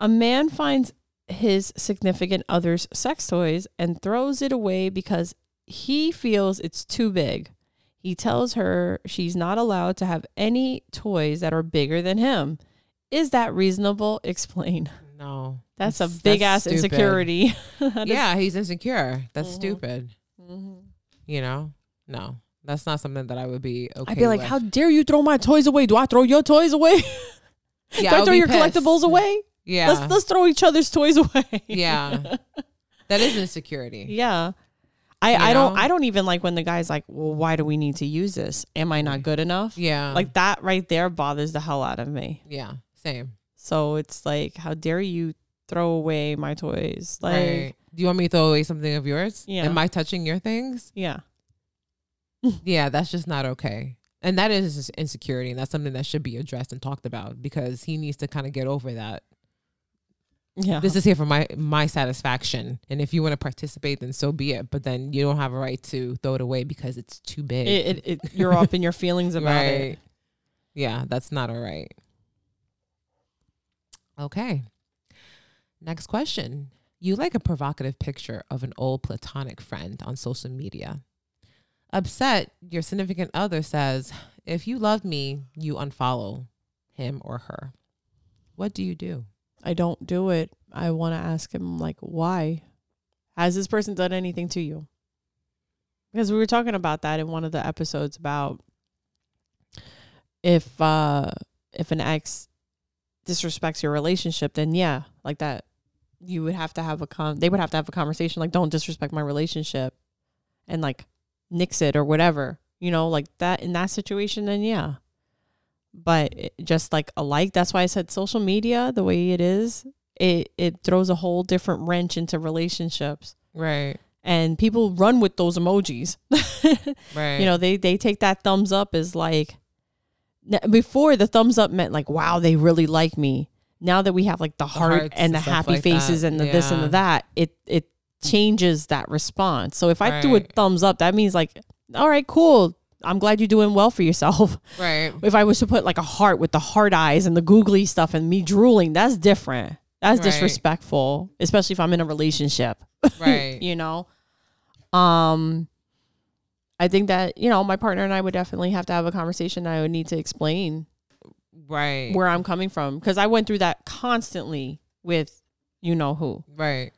[SPEAKER 1] A man finds his significant other's sex toys and throws it away because he feels it's too big. He tells her she's not allowed to have any toys that are bigger than him. Is that reasonable? Explain.
[SPEAKER 2] No.
[SPEAKER 1] That's a big ass
[SPEAKER 2] stupid.
[SPEAKER 1] insecurity. That is-
[SPEAKER 2] yeah, he's insecure. That's
[SPEAKER 1] Mhm.
[SPEAKER 2] stupid.
[SPEAKER 1] Mm-hmm.
[SPEAKER 2] You know? No. That's not something that I would be okay.
[SPEAKER 1] I'd be like,
[SPEAKER 2] with.
[SPEAKER 1] "How dare you throw my toys away? Do I throw your toys away?
[SPEAKER 2] yeah,
[SPEAKER 1] Do I
[SPEAKER 2] would
[SPEAKER 1] throw
[SPEAKER 2] be
[SPEAKER 1] your
[SPEAKER 2] pissed.
[SPEAKER 1] collectibles away?"
[SPEAKER 2] Yeah.
[SPEAKER 1] Let's let's throw each other's toys away.
[SPEAKER 2] yeah. That is insecurity.
[SPEAKER 1] Yeah. I,
[SPEAKER 2] You
[SPEAKER 1] I don't
[SPEAKER 2] know?
[SPEAKER 1] I don't even like when the guy's like, Well, why do we need to use this? Am I not good enough?
[SPEAKER 2] Yeah.
[SPEAKER 1] Like that right there bothers the hell out of me.
[SPEAKER 2] yeah, same.
[SPEAKER 1] So it's like, how dare you throw away my toys? Like
[SPEAKER 2] right. Do you want me to throw away something of yours?
[SPEAKER 1] Yeah.
[SPEAKER 2] Am I touching your things?
[SPEAKER 1] yeah.
[SPEAKER 2] yeah, that's just not okay. And that is just insecurity, and that's something that should be addressed and talked about because he needs to kind of get over that.
[SPEAKER 1] Yeah.
[SPEAKER 2] This is here for my my satisfaction, and if you want to participate, then so be it. But then you don't have a right to throw it away because it's too big.
[SPEAKER 1] it, it, it, you're up in your feelings about it.
[SPEAKER 2] Right. Yeah, that's not all right. Okay. Next question. You like a provocative picture of an old platonic friend on social media. Upset, your significant other says, If you love me, you unfollow him or her. What do you do?
[SPEAKER 1] I don't do it. I want to ask him, like, why? Has this person done anything to you? Because we were talking about that in one of the episodes about if uh if an ex disrespects your relationship, then yeah, like that you would have to have a con they would have to have a conversation like don't disrespect my relationship and like nix it or whatever. You know, like that in that situation then yeah but it- just like a like that's why i said social media the way it is it it throws a whole different wrench into relationships
[SPEAKER 2] Right,
[SPEAKER 1] and people run with those emojis
[SPEAKER 2] right.
[SPEAKER 1] you know they they take that thumbs up as like n- before the thumbs up meant like wow they really like me now that we have like the heart
[SPEAKER 2] hearts
[SPEAKER 1] and
[SPEAKER 2] and
[SPEAKER 1] the
[SPEAKER 2] stuff
[SPEAKER 1] happy
[SPEAKER 2] like
[SPEAKER 1] faces
[SPEAKER 2] that.
[SPEAKER 1] and the this and the
[SPEAKER 2] Yeah.
[SPEAKER 1] that it it changes that response so if i do a
[SPEAKER 2] Right.
[SPEAKER 1] thumbs up that means like all right cool i'm glad you're doing well for yourself
[SPEAKER 2] right.
[SPEAKER 1] if I was to put like a heart with the hard eyes and the googly stuff and me drooling, that's different. That's
[SPEAKER 2] Right.
[SPEAKER 1] disrespectful, especially if I'm in a relationship,
[SPEAKER 2] Right.
[SPEAKER 1] you know? Um I think that, you know, my partner and I would definitely have to have a conversation. I would need to explain
[SPEAKER 2] Right.
[SPEAKER 1] where I'm coming from cuz I went through that constantly with you know who.
[SPEAKER 2] Right.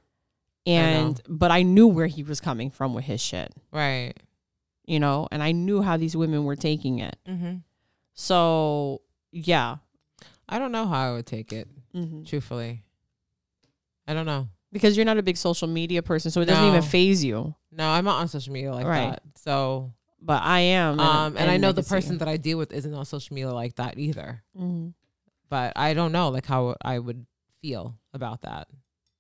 [SPEAKER 2] know.
[SPEAKER 1] And but I knew where he was coming from with his shit,
[SPEAKER 2] Right.
[SPEAKER 1] you know, and I knew how these women were taking it.
[SPEAKER 2] Mm-hmm.
[SPEAKER 1] So, yeah.
[SPEAKER 2] I don't know how I would take it,
[SPEAKER 1] Mhm.
[SPEAKER 2] truthfully. I don't know.
[SPEAKER 1] because you're not a big social media person, so it doesn't
[SPEAKER 2] No.
[SPEAKER 1] even phase you.
[SPEAKER 2] No, I'm not on social media like
[SPEAKER 1] Right.
[SPEAKER 2] that. So,
[SPEAKER 1] But I am,
[SPEAKER 2] um, and, I know the person that I deal with isn't on social media like that either.
[SPEAKER 1] Mm-hmm.
[SPEAKER 2] But I don't know like how I would feel about that.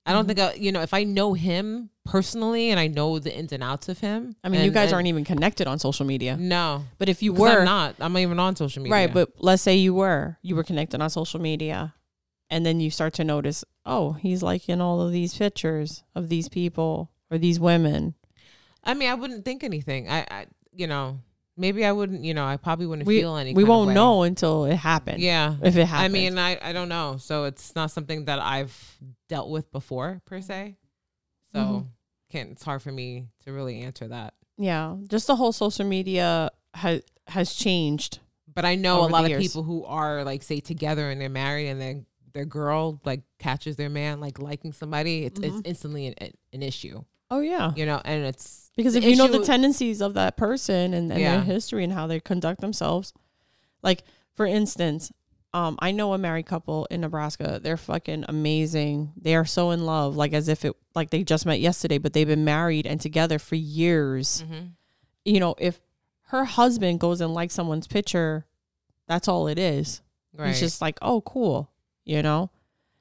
[SPEAKER 2] I don't
[SPEAKER 1] Mhm.
[SPEAKER 2] think I, you know if I know him personally and I know the ins and outs of him.
[SPEAKER 1] I mean, you
[SPEAKER 2] and-
[SPEAKER 1] guys
[SPEAKER 2] and-
[SPEAKER 1] aren't even connected on social media.
[SPEAKER 2] No,
[SPEAKER 1] But if you
[SPEAKER 2] 'cause I'm
[SPEAKER 1] were,
[SPEAKER 2] not. I'm not even on social media.
[SPEAKER 1] right? But let's say you were, you were connected on social media, and then you start to notice, oh, he's liking all of these pictures of these people or these women.
[SPEAKER 2] I mean, I wouldn't think anything. I, I you know, maybe I wouldn't. You know, I probably wouldn't
[SPEAKER 1] We
[SPEAKER 2] feel any.
[SPEAKER 1] we
[SPEAKER 2] kind of
[SPEAKER 1] won't
[SPEAKER 2] way.
[SPEAKER 1] know until it happened.
[SPEAKER 2] Yeah,
[SPEAKER 1] if it happened.
[SPEAKER 2] I mean, I, I don't know. So it's not something that I've dealt with before per se. So
[SPEAKER 1] Mhm.
[SPEAKER 2] can't it's hard for me to really answer that.
[SPEAKER 1] yeah, just the whole social media has has changed.
[SPEAKER 2] But I know
[SPEAKER 1] Over
[SPEAKER 2] a
[SPEAKER 1] the
[SPEAKER 2] lot of
[SPEAKER 1] years.
[SPEAKER 2] people who are like say together and they're married and then their girl like catches their man like liking somebody, it's,
[SPEAKER 1] Mhm.
[SPEAKER 2] it's instantly an, an- an issue,
[SPEAKER 1] Oh yeah,
[SPEAKER 2] you know, and it's
[SPEAKER 1] Because
[SPEAKER 2] the
[SPEAKER 1] if you know the
[SPEAKER 2] issue-
[SPEAKER 1] tendencies of that person and, and
[SPEAKER 2] Yeah.
[SPEAKER 1] their history and how they conduct themselves, like for instance, um, I know a married couple in Nebraska. They're fucking amazing. They are so in love, like as if it like they just met yesterday, but they've been married and together for years.
[SPEAKER 2] Mhm.
[SPEAKER 1] You know, if her husband goes and likes someone's picture, that's all it is.
[SPEAKER 2] right.
[SPEAKER 1] It's just like, oh, cool. You know,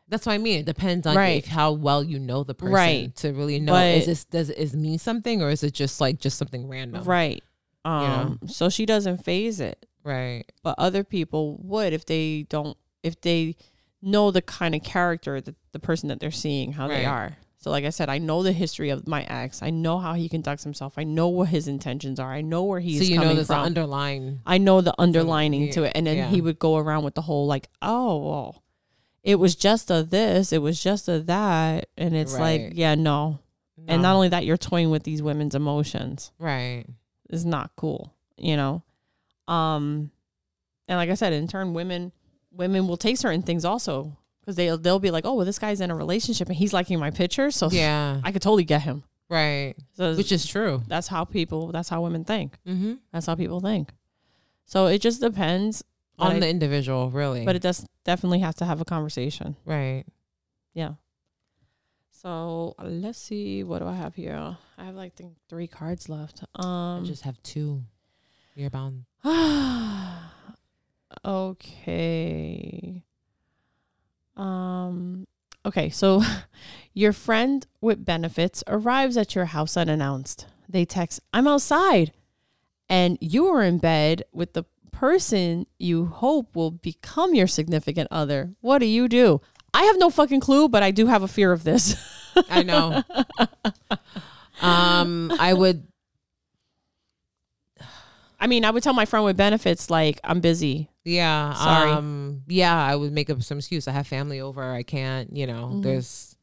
[SPEAKER 2] That's what I mean. It depends on
[SPEAKER 1] Right.
[SPEAKER 2] if how well you know the person
[SPEAKER 1] Right.
[SPEAKER 2] to really know
[SPEAKER 1] But-
[SPEAKER 2] is this does is it mean something or is it just like just something random?
[SPEAKER 1] right? Um, so she doesn't phase it.
[SPEAKER 2] Right.
[SPEAKER 1] but other people would if they don't if they know the kind of character that the person that they're seeing how they
[SPEAKER 2] Right.
[SPEAKER 1] are so like i said i know the history of my ex i know how he conducts himself i know what his intentions are i know where he's
[SPEAKER 2] so you know
[SPEAKER 1] coming
[SPEAKER 2] there's
[SPEAKER 1] from
[SPEAKER 2] an underlying
[SPEAKER 1] i know the underlining
[SPEAKER 2] yeah,
[SPEAKER 1] to it and then
[SPEAKER 2] yeah.
[SPEAKER 1] he would go around with the whole like oh well it was just a this it was just a that and it's like
[SPEAKER 2] Right.
[SPEAKER 1] yeah no and not
[SPEAKER 2] No.
[SPEAKER 1] only that you're toying with these women's emotions
[SPEAKER 2] right
[SPEAKER 1] is not cool, you know. Um and like I said, in turn women women will take certain things also cuz they will they'll be like, "Oh, well this guy's in a relationship and he's liking my picture, so
[SPEAKER 2] yeah
[SPEAKER 1] I could totally get him."
[SPEAKER 2] right
[SPEAKER 1] So
[SPEAKER 2] which is true
[SPEAKER 1] that's how people that's how women think.
[SPEAKER 2] mm-hmm.
[SPEAKER 1] That's how people think. So it just depends
[SPEAKER 2] on
[SPEAKER 1] but
[SPEAKER 2] the
[SPEAKER 1] I-
[SPEAKER 2] individual really
[SPEAKER 1] but it does definitely have to have a conversation.
[SPEAKER 2] right
[SPEAKER 1] Yeah. So, let's see what do I have here? I have like think 3 cards left. Um
[SPEAKER 2] I just have two you're bound
[SPEAKER 1] okay. Um okay, so your friend with benefits arrives at your house unannounced. They text, "I'm outside." and you are in bed with the person you hope will become your significant other, what do you do? I have no fucking clue, but I do have a fear of this.
[SPEAKER 2] I know. um, I would.
[SPEAKER 1] I mean, I would tell my friend with benefits, like, I'm busy.
[SPEAKER 2] Yeah.
[SPEAKER 1] Sorry.
[SPEAKER 2] Um, yeah, I would make up some excuse. I have family over. I can't. You know,
[SPEAKER 1] Mm-hmm.
[SPEAKER 2] there's.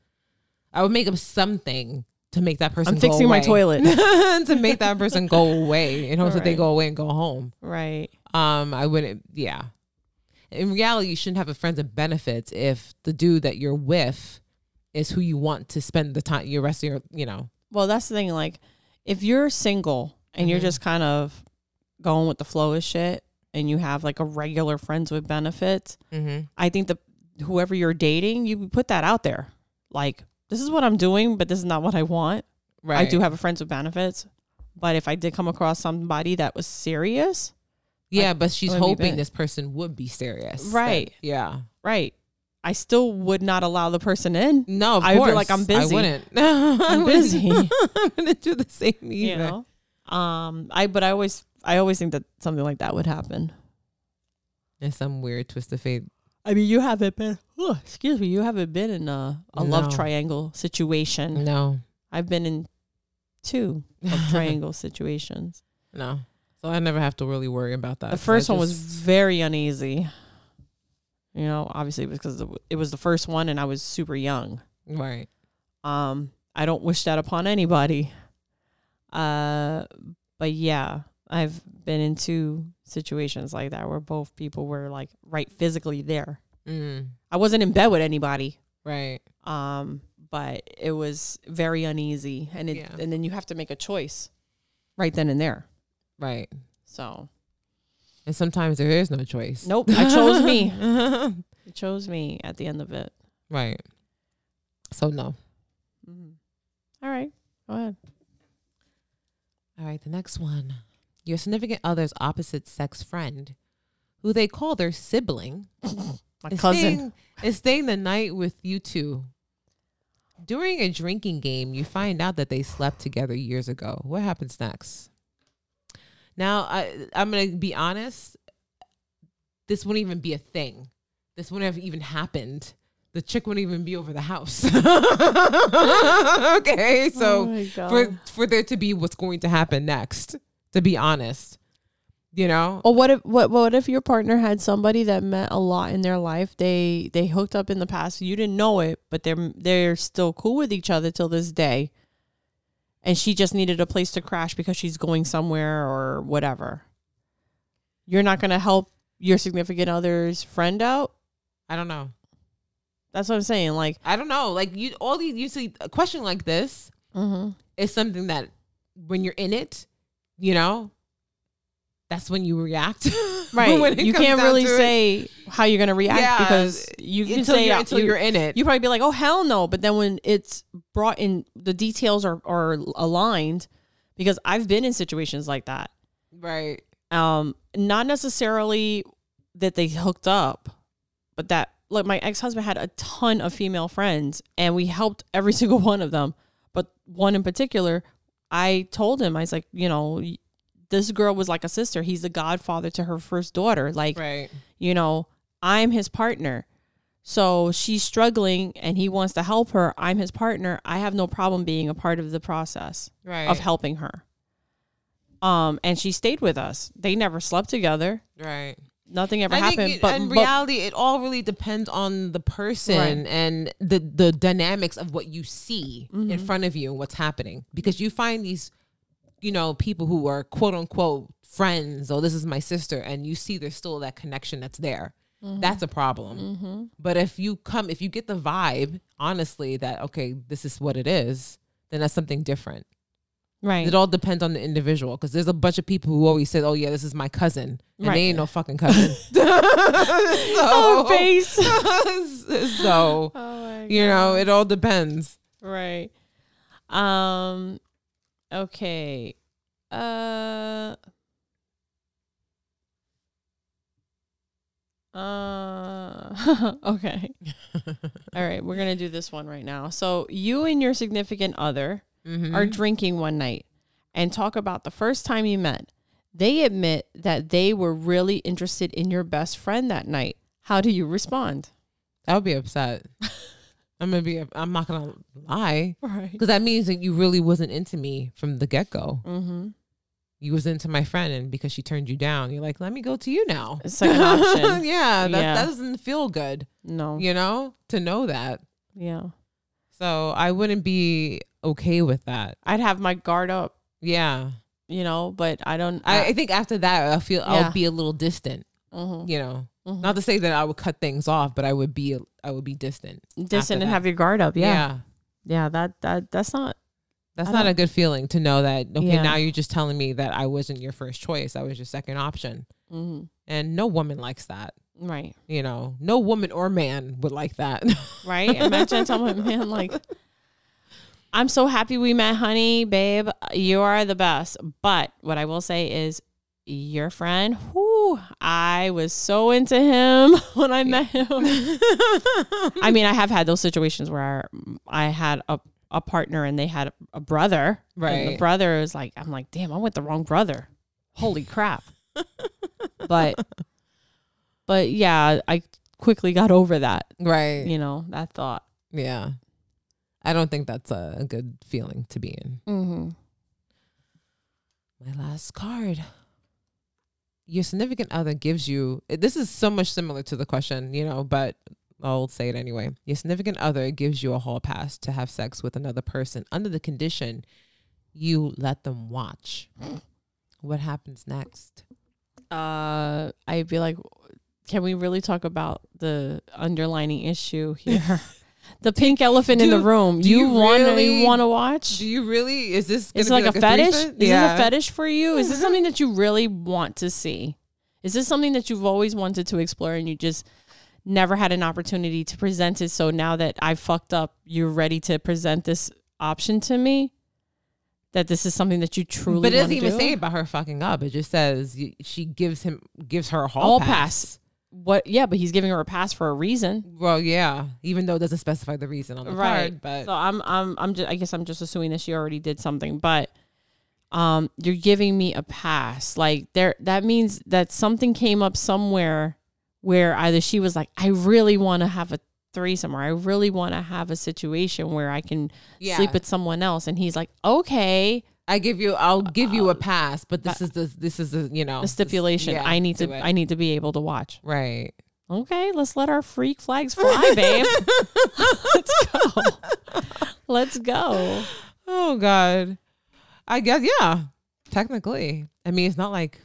[SPEAKER 2] I would make up something to make that person. go
[SPEAKER 1] I'm fixing my
[SPEAKER 2] away.
[SPEAKER 1] toilet.
[SPEAKER 2] to make that person go away and hope that they
[SPEAKER 1] Right.
[SPEAKER 2] go away and go home.
[SPEAKER 1] right.
[SPEAKER 2] Um, I wouldn't. Yeah. In reality, you shouldn't have a friends and benefits if the dude that you're with is who you want to spend the time, your rest of your, you know,
[SPEAKER 1] Well, that's the thing. Like, if you're single and you're
[SPEAKER 2] Mhm.
[SPEAKER 1] just kind of going with the flow of shit and you have like a regular friends with benefits, I think the whoever you're dating, you put that out there. Like, this is what I'm doing, but this is not what I want.
[SPEAKER 2] right.
[SPEAKER 1] I do have a friends with benefits, but if I did come across somebody that was serious,
[SPEAKER 2] Yeah, but she's
[SPEAKER 1] let me
[SPEAKER 2] hoping
[SPEAKER 1] bet.
[SPEAKER 2] this person would be serious. that-
[SPEAKER 1] Right.
[SPEAKER 2] yeah.
[SPEAKER 1] right, I still would not allow the person in.
[SPEAKER 2] No, of
[SPEAKER 1] I
[SPEAKER 2] course.
[SPEAKER 1] feel like I'm busy.
[SPEAKER 2] I wouldn't. I'm
[SPEAKER 1] busy.
[SPEAKER 2] I'm gonna do the same either.
[SPEAKER 1] You know, um, I but I always I always think that something like that would happen.
[SPEAKER 2] In some weird twist of fate.
[SPEAKER 1] I mean, you haven't been. Ugh, excuse me, you haven't been in a, a love
[SPEAKER 2] No.
[SPEAKER 1] triangle situation.
[SPEAKER 2] No.
[SPEAKER 1] I've been in two love triangle situations.
[SPEAKER 2] No. So I never have to really worry about that.
[SPEAKER 1] The
[SPEAKER 2] So I
[SPEAKER 1] first one was
[SPEAKER 2] just-
[SPEAKER 1] very uneasy. You know, obviously it was because it was the first one, and I was super young.
[SPEAKER 2] right.
[SPEAKER 1] Um, I don't wish that upon anybody. Uh, but yeah, I've been in two situations like that where both people were like right physically there.
[SPEAKER 2] Mm,
[SPEAKER 1] I wasn't in bed with anybody.
[SPEAKER 2] right.
[SPEAKER 1] um but it was very uneasy and it
[SPEAKER 2] Yeah.
[SPEAKER 1] and then you have to make a choice right then and there
[SPEAKER 2] Right.
[SPEAKER 1] so
[SPEAKER 2] And sometimes there is no choice.
[SPEAKER 1] nope i chose me
[SPEAKER 2] right.
[SPEAKER 1] it chose me at the end of it
[SPEAKER 2] So no.
[SPEAKER 1] Mm-hmm. All right go ahead
[SPEAKER 2] All right, the next one. Your significant other's opposite sex friend, who they call their sibling,
[SPEAKER 1] my
[SPEAKER 2] is
[SPEAKER 1] cousin
[SPEAKER 2] Staying, is staying the night with you two. During a drinking game, you find out that they slept together years ago. What happens next? Now, I, I'm going to be honest. This wouldn't even be a thing. This wouldn't have even happened. The chick wouldn't even be over the house. okay, so
[SPEAKER 1] Oh my God.
[SPEAKER 2] for for there to be what's going to happen next, to be honest, you know,
[SPEAKER 1] or what if what what if your partner had somebody that meant a lot in their life they they hooked up in the past you didn't know it but they're they're still cool with each other till this day and she just needed a place to crash because she's going somewhere or whatever you're not going to help your significant other's friend out
[SPEAKER 2] I don't know.
[SPEAKER 1] that's what i'm saying like
[SPEAKER 2] I don't know. Like you, all these usually a question like this is something that when you're in it, you know, that's when you react.
[SPEAKER 1] right
[SPEAKER 2] When it
[SPEAKER 1] you
[SPEAKER 2] comes
[SPEAKER 1] can't
[SPEAKER 2] down
[SPEAKER 1] really
[SPEAKER 2] to it.
[SPEAKER 1] say how you're going to react
[SPEAKER 2] Yeah,
[SPEAKER 1] because you can
[SPEAKER 2] until
[SPEAKER 1] say
[SPEAKER 2] you're, until
[SPEAKER 1] you-
[SPEAKER 2] you, are in it.
[SPEAKER 1] you probably be like, "Oh hell no!" But then when it's brought in, the details are are aligned because I've been in situations like that.
[SPEAKER 2] right.
[SPEAKER 1] Um, not necessarily that they hooked up, but that like my ex husband had a ton of female friends, and we helped every single one of them. But one in particular, I told him, I was like, you know. This girl was like a sister. He's the godfather to her first daughter. Like,
[SPEAKER 2] Right.
[SPEAKER 1] you know, I'm his partner. So she's struggling and he wants to help her. I'm his partner. I have no problem being a part of the process
[SPEAKER 2] Right.
[SPEAKER 1] of helping her. Um, and she stayed with us. They never slept together.
[SPEAKER 2] Right.
[SPEAKER 1] Nothing ever
[SPEAKER 2] I think
[SPEAKER 1] happened.
[SPEAKER 2] it-
[SPEAKER 1] but,
[SPEAKER 2] in
[SPEAKER 1] but-
[SPEAKER 2] reality, it all really depends on the person
[SPEAKER 1] Right.
[SPEAKER 2] and the the dynamics of what you see
[SPEAKER 1] Mm-hmm.
[SPEAKER 2] in front of you and what's happening. Because you find these, you know, people who are quote unquote friends. Oh, this is my sister, and you see there's still that connection that's there.
[SPEAKER 1] Mm-hmm.
[SPEAKER 2] That's a problem. But if you come, if you get the vibe, honestly, that okay, this is what it is, then that's something different.
[SPEAKER 1] right.
[SPEAKER 2] It all depends on the individual because there's a bunch of people who always said, "Oh yeah, this is my cousin," and
[SPEAKER 1] Right.
[SPEAKER 2] they ain't no fucking cousin. so,
[SPEAKER 1] Oh, face.
[SPEAKER 2] so
[SPEAKER 1] oh my
[SPEAKER 2] you know, it all depends.
[SPEAKER 1] Right. Um okay. Uh Uh okay. All right, we're going to do this one right now. So, you and your significant other
[SPEAKER 2] Mhm.
[SPEAKER 1] are drinking one night and talk about the first time you met. They admit that they were really interested in your best friend that night. How do you respond?
[SPEAKER 2] I would be upset. I'm gonna be. I'm not gonna lie
[SPEAKER 1] Right.
[SPEAKER 2] because that means that you really wasn't into me from the get go.
[SPEAKER 1] Mm-hmm.
[SPEAKER 2] You was into my friend, and because she turned you down, you're like, "Let me go to you now."
[SPEAKER 1] It's like an option.
[SPEAKER 2] yeah, that,
[SPEAKER 1] Yeah.
[SPEAKER 2] that doesn't feel good,
[SPEAKER 1] No.
[SPEAKER 2] you know, to know that.
[SPEAKER 1] Yeah.
[SPEAKER 2] So I wouldn't be okay with that.
[SPEAKER 1] I'd have my guard up,
[SPEAKER 2] Yeah,
[SPEAKER 1] you know, but I don't.
[SPEAKER 2] I, I think after that, I feel
[SPEAKER 1] Uh, Yeah.
[SPEAKER 2] I'll be a little distant.
[SPEAKER 1] Mhm.
[SPEAKER 2] You know,
[SPEAKER 1] Mhm.
[SPEAKER 2] not to say that I would cut things off, but I would be I would be distant. after
[SPEAKER 1] distant and
[SPEAKER 2] that.
[SPEAKER 1] have your guard up. Yeah. yeah. That, that, that's not.
[SPEAKER 2] That's
[SPEAKER 1] I
[SPEAKER 2] not
[SPEAKER 1] don't-
[SPEAKER 2] a good feeling to know that, okay,
[SPEAKER 1] Yeah.
[SPEAKER 2] now you're just telling me that I wasn't your first choice. I was your second option.
[SPEAKER 1] Mhm.
[SPEAKER 2] And no woman likes that.
[SPEAKER 1] Right.
[SPEAKER 2] You know, no woman or man would like that.
[SPEAKER 1] Right. Imagine telling my man, like, I'm so happy we met, honey, babe. You are the best. But what I will say is, your friend, who I was so into him when I met him. I mean, I have had those situations where I had a, a partner and they had a brother. And the
[SPEAKER 2] Right.
[SPEAKER 1] brother is like, I'm like, damn, I went the wrong brother. Holy crap. but, but yeah, I quickly got over that,
[SPEAKER 2] right.
[SPEAKER 1] you know, that thought.
[SPEAKER 2] Yeah. I don't think that's a, a good feeling to be in.
[SPEAKER 1] Mm-hmm.
[SPEAKER 2] My last card. Your significant other gives you this is so much similar to the question, you know, but I'll say it anyway. Your significant other gives you a hall pass to have sex with another person under the condition you let them watch. What happens next?
[SPEAKER 1] uh, I'd be like, can we really talk about the underlining issue here? the pink elephant in the
[SPEAKER 2] Do-
[SPEAKER 1] room.
[SPEAKER 2] do
[SPEAKER 1] You,
[SPEAKER 2] you
[SPEAKER 1] want
[SPEAKER 2] really-
[SPEAKER 1] want to watch?
[SPEAKER 2] Do you really is this gonna
[SPEAKER 1] Is it
[SPEAKER 2] be
[SPEAKER 1] like, a, fetish? Is
[SPEAKER 2] threesome?
[SPEAKER 1] this a fetish for you?
[SPEAKER 2] Mm-hmm.
[SPEAKER 1] Is this something that you really want to see? Is this something that you've always wanted to explore and you just never had an opportunity to present it? So now that I fucked up, you're ready to present this option to me? That this is something that you truly
[SPEAKER 2] But it doesn't
[SPEAKER 1] wanna
[SPEAKER 2] even
[SPEAKER 1] do?
[SPEAKER 2] say about her fucking up. It just says y- she gives him gives her a hall,
[SPEAKER 1] all
[SPEAKER 2] pass.
[SPEAKER 1] pass. What yeah, but he's giving her a pass for a reason.
[SPEAKER 2] Well, yeah, even though it doesn't specify the reason on the card, but
[SPEAKER 1] so I'm I'm I'm just I guess I'm just assuming that she already did something, but um you're giving me a pass. Like there that means that something came up somewhere where either she was like, I really want to have a threesome or I really want to have a situation where I can
[SPEAKER 2] Yeah.
[SPEAKER 1] sleep with someone else and he's like, Okay,
[SPEAKER 2] I give you, I'll give you a pass, but this is the, this is the, you know,
[SPEAKER 1] Um, the stipulation.
[SPEAKER 2] yeah,
[SPEAKER 1] I need
[SPEAKER 2] do
[SPEAKER 1] to
[SPEAKER 2] it.
[SPEAKER 1] I need to be able to watch.
[SPEAKER 2] right.
[SPEAKER 1] Okay, let's let our freak flags fly, babe. let's go. Let's go.
[SPEAKER 2] Oh God, I guess yeah. Technically, I mean, it's not like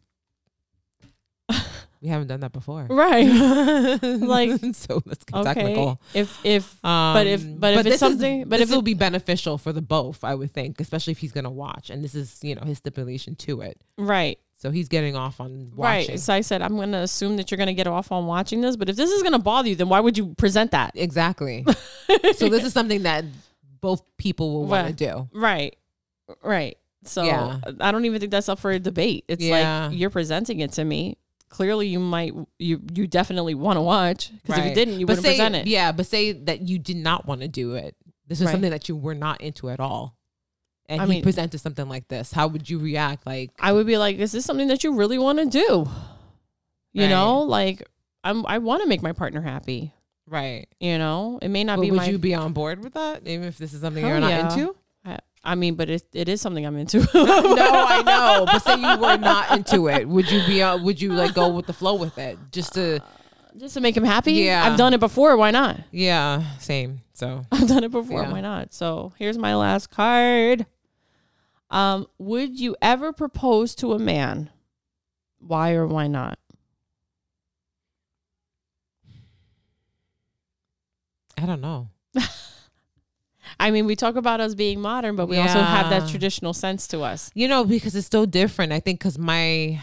[SPEAKER 2] we haven't done that before,
[SPEAKER 1] Right.
[SPEAKER 2] like so. Let's get
[SPEAKER 1] Okay.
[SPEAKER 2] technical.
[SPEAKER 1] If if
[SPEAKER 2] Um,
[SPEAKER 1] But if- but if it's
[SPEAKER 2] this is-
[SPEAKER 1] something- but
[SPEAKER 2] this
[SPEAKER 1] if it-
[SPEAKER 2] will be beneficial for the both, I would think, especially if he's gonna watch, and this is you know his stipulation to it.
[SPEAKER 1] right.
[SPEAKER 2] So he's getting off on watching.
[SPEAKER 1] Right. So I said, I'm going to assume that you're going to get off on watching this, but if this is going to bother you, then why would you present that?
[SPEAKER 2] Exactly. so this is something that both people will want
[SPEAKER 1] Right.
[SPEAKER 2] to do.
[SPEAKER 1] Right. Right. So
[SPEAKER 2] Yeah.
[SPEAKER 1] I don't even think that's up for a debate. It's
[SPEAKER 2] Yeah.
[SPEAKER 1] like you're presenting it to me. Clearly, you might you you definitely want to watch because if you didn't, you
[SPEAKER 2] But
[SPEAKER 1] wouldn't
[SPEAKER 2] say-
[SPEAKER 1] present it.
[SPEAKER 2] Yeah, but say that you did not want to do it. This is
[SPEAKER 1] Right.
[SPEAKER 2] something that you were not into at all, and
[SPEAKER 1] I
[SPEAKER 2] he
[SPEAKER 1] mean-
[SPEAKER 2] presented something like this. How would you react? Like,
[SPEAKER 1] I would be like, is this something that you really want to do? You
[SPEAKER 2] Right.
[SPEAKER 1] know, like I'm I want to make my partner happy.
[SPEAKER 2] right?
[SPEAKER 1] You know, it may not
[SPEAKER 2] But
[SPEAKER 1] be
[SPEAKER 2] would
[SPEAKER 1] my.
[SPEAKER 2] you be on board with that, even if this is something
[SPEAKER 1] Hell
[SPEAKER 2] you're not
[SPEAKER 1] yeah.
[SPEAKER 2] into?
[SPEAKER 1] I, I mean, but it, it is something I'm into.
[SPEAKER 2] no, I know. But say you were not into it. Would you be? Uh, would you like go with the flow with it? Just to,
[SPEAKER 1] Uh, just to make him happy.
[SPEAKER 2] Yeah.
[SPEAKER 1] I've done it before. Why not?
[SPEAKER 2] yeah, same. So
[SPEAKER 1] I've done it before.
[SPEAKER 2] Yeah.
[SPEAKER 1] Why not? So here's my last card. Um, would you ever propose to a man? Why or why not?
[SPEAKER 2] I don't know.
[SPEAKER 1] I mean, we talk about us being modern, but we also have that
[SPEAKER 2] Yeah.
[SPEAKER 1] traditional sense to us.
[SPEAKER 2] You know, because it's so different. I think because my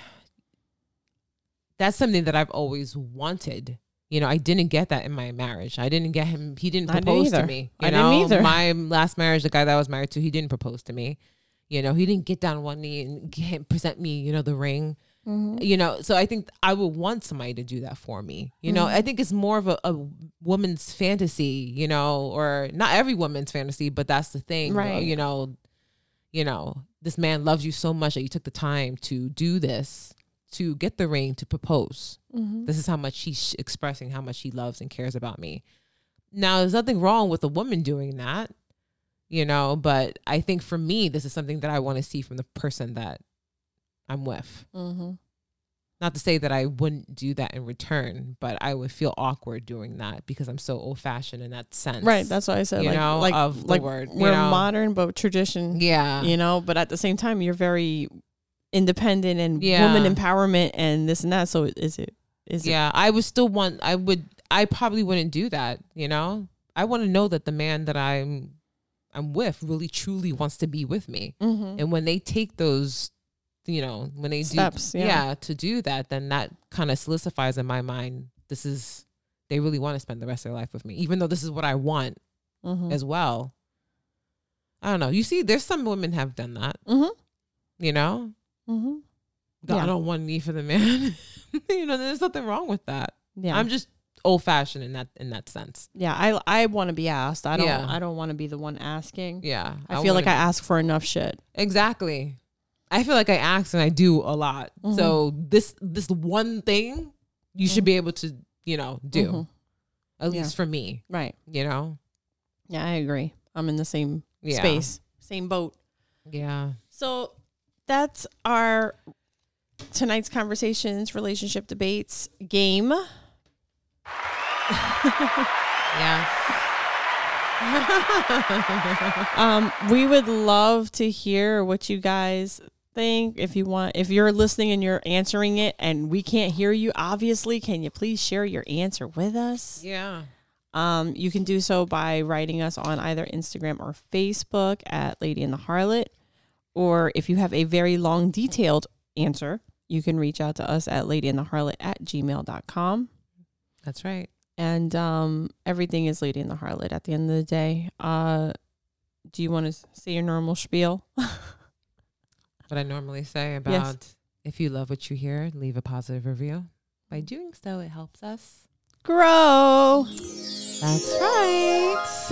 [SPEAKER 2] that's something that I've always wanted. You know, I didn't get that in my marriage. I didn't get him. He didn't
[SPEAKER 1] I didn't
[SPEAKER 2] propose to
[SPEAKER 1] either.
[SPEAKER 2] me.
[SPEAKER 1] I
[SPEAKER 2] You
[SPEAKER 1] didn't
[SPEAKER 2] know,
[SPEAKER 1] either.
[SPEAKER 2] my last marriage, the guy that I was married to, he didn't propose to me. You know, he didn't get down on one knee and get, present me, you know, the ring. You know, so I think I would want somebody to do that for me. You know, I think it's more of a, a woman's fantasy. You know, or not every woman's fantasy, but that's the thing.
[SPEAKER 1] Right.
[SPEAKER 2] You know, you know, this man loves you so much that you took the time to do this, to get the ring, to propose. This is how much he's expressing how much he loves and cares about me. Now, there's nothing wrong with a woman doing that, you know, but I think for me, this is something that I want to see from the person that I'm with.
[SPEAKER 1] Mm-hmm.
[SPEAKER 2] Not to say that I wouldn't do that in return, but I would feel awkward doing that because I'm so old fashioned in that sense.
[SPEAKER 1] Right. That's why I said
[SPEAKER 2] you
[SPEAKER 1] like
[SPEAKER 2] know,
[SPEAKER 1] like
[SPEAKER 2] of the
[SPEAKER 1] like
[SPEAKER 2] word, you
[SPEAKER 1] we're
[SPEAKER 2] know.
[SPEAKER 1] modern but tradition.
[SPEAKER 2] yeah.
[SPEAKER 1] You know, but at the same time, you're very independent and
[SPEAKER 2] Yeah.
[SPEAKER 1] woman empowerment and this and that. So is it is it
[SPEAKER 2] yeah i would still want i would i probably wouldn't do that you know i want to know that the man that i'm i'm with really truly wants to be with me
[SPEAKER 1] Mhm.
[SPEAKER 2] and when they take those you know when they
[SPEAKER 1] Steps,
[SPEAKER 2] do
[SPEAKER 1] yeah.
[SPEAKER 2] to do that then that kind of solidifies in my mind this is they really want to spend the rest of their life with me even though this is what i want
[SPEAKER 1] Mhm.
[SPEAKER 2] as well i don't know you see there's some women have done that
[SPEAKER 1] Mhm.
[SPEAKER 2] you know
[SPEAKER 1] Mhm. Yeah.
[SPEAKER 2] god on one knee for the man you know there's nothing wrong with that
[SPEAKER 1] Yeah.
[SPEAKER 2] I'm just old fashioned in that in that sense.
[SPEAKER 1] yeah. I I want to be asked. I don't.
[SPEAKER 2] Yeah.
[SPEAKER 1] I don't want to be the one asking.
[SPEAKER 2] Yeah.
[SPEAKER 1] I, feel like I
[SPEAKER 2] wanna-
[SPEAKER 1] ask for enough shit.
[SPEAKER 2] Exactly. I feel like I ask and I do a lot.
[SPEAKER 1] Mhm.
[SPEAKER 2] So this this one thing you should be able to, you know, do.
[SPEAKER 1] Mhm.
[SPEAKER 2] At
[SPEAKER 1] Yeah.
[SPEAKER 2] least for me,
[SPEAKER 1] Right.
[SPEAKER 2] you know?
[SPEAKER 1] Yeah, I agree. I'm in the same
[SPEAKER 2] Yeah.
[SPEAKER 1] space, same boat.
[SPEAKER 2] Yeah.
[SPEAKER 1] So that's our tonight's conversations, relationship debates game.
[SPEAKER 2] Yes.
[SPEAKER 1] Um, we would love to hear what you guys think. If you want, if you're listening and you're answering it, and we can't hear you, obviously, can you please share your answer with us?
[SPEAKER 2] Yeah.
[SPEAKER 1] Um, you can do so by writing us on either Instagram or Facebook at Lady in the Harlot. Or if you have a very long, detailed answer, you can reach out to us at ladyintheharlot at gmail.com.
[SPEAKER 2] That's right.
[SPEAKER 1] And um, everything is Lady in the Harlot at the end of the day. Uh, do you want to say your normal spiel?
[SPEAKER 2] What I normally say about if you love what you hear, leave a positive review. By doing so, it helps us.
[SPEAKER 1] Grow.
[SPEAKER 2] That's right.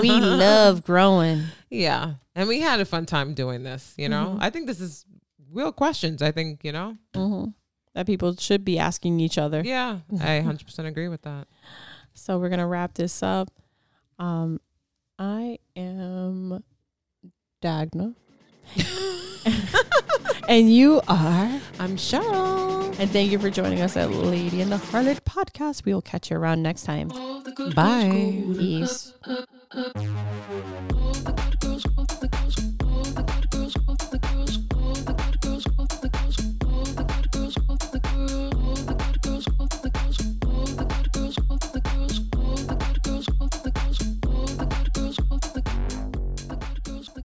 [SPEAKER 1] we love growing.
[SPEAKER 2] Yeah. And we had a fun time doing this, you know?
[SPEAKER 1] Mhm.
[SPEAKER 2] I think this is real questions. I think, you know?
[SPEAKER 1] hmm That people should be asking each other.
[SPEAKER 2] Yeah. I 100% agree with that.
[SPEAKER 1] So we're gonna wrap this up. Um, I am Dagna, and you are.
[SPEAKER 2] I'm Cheryl.
[SPEAKER 1] And thank you for joining us at Lady in the Harlot podcast. We will catch you around next time.
[SPEAKER 2] Bye.
[SPEAKER 1] Peace.